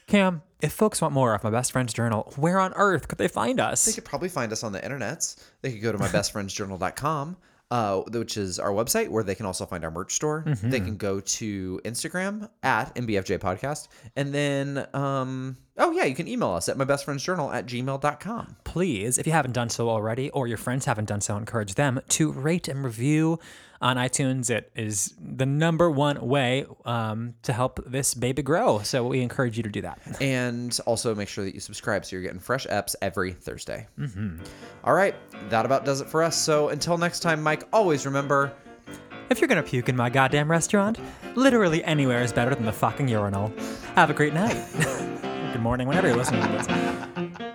Speaker 5: Cam, if folks want more of my best friend's journal, where on earth could they find us?
Speaker 2: They could probably find us on the internets. They could go to mybestfriendsjournal.com, uh, which is our website where they can also find our merch store. They can go to Instagram at MBFJ Podcast. And then, um, oh, yeah, you can email us at mybestfriendsjournal at gmail.com.
Speaker 5: please, if you haven't done so already, or your friends haven't done so, encourage them to rate and review on iTunes. It is the number one way um, to help this baby grow. So we encourage you to do that.
Speaker 2: And also make sure that you subscribe so you're getting fresh eps every Thursday. All right, that about does it for us. So until next time, Mike, always remember
Speaker 5: If you're gonna puke in my goddamn restaurant, literally anywhere is better than the fucking urinal. Have a great night. Good morning, whenever you're listening to this.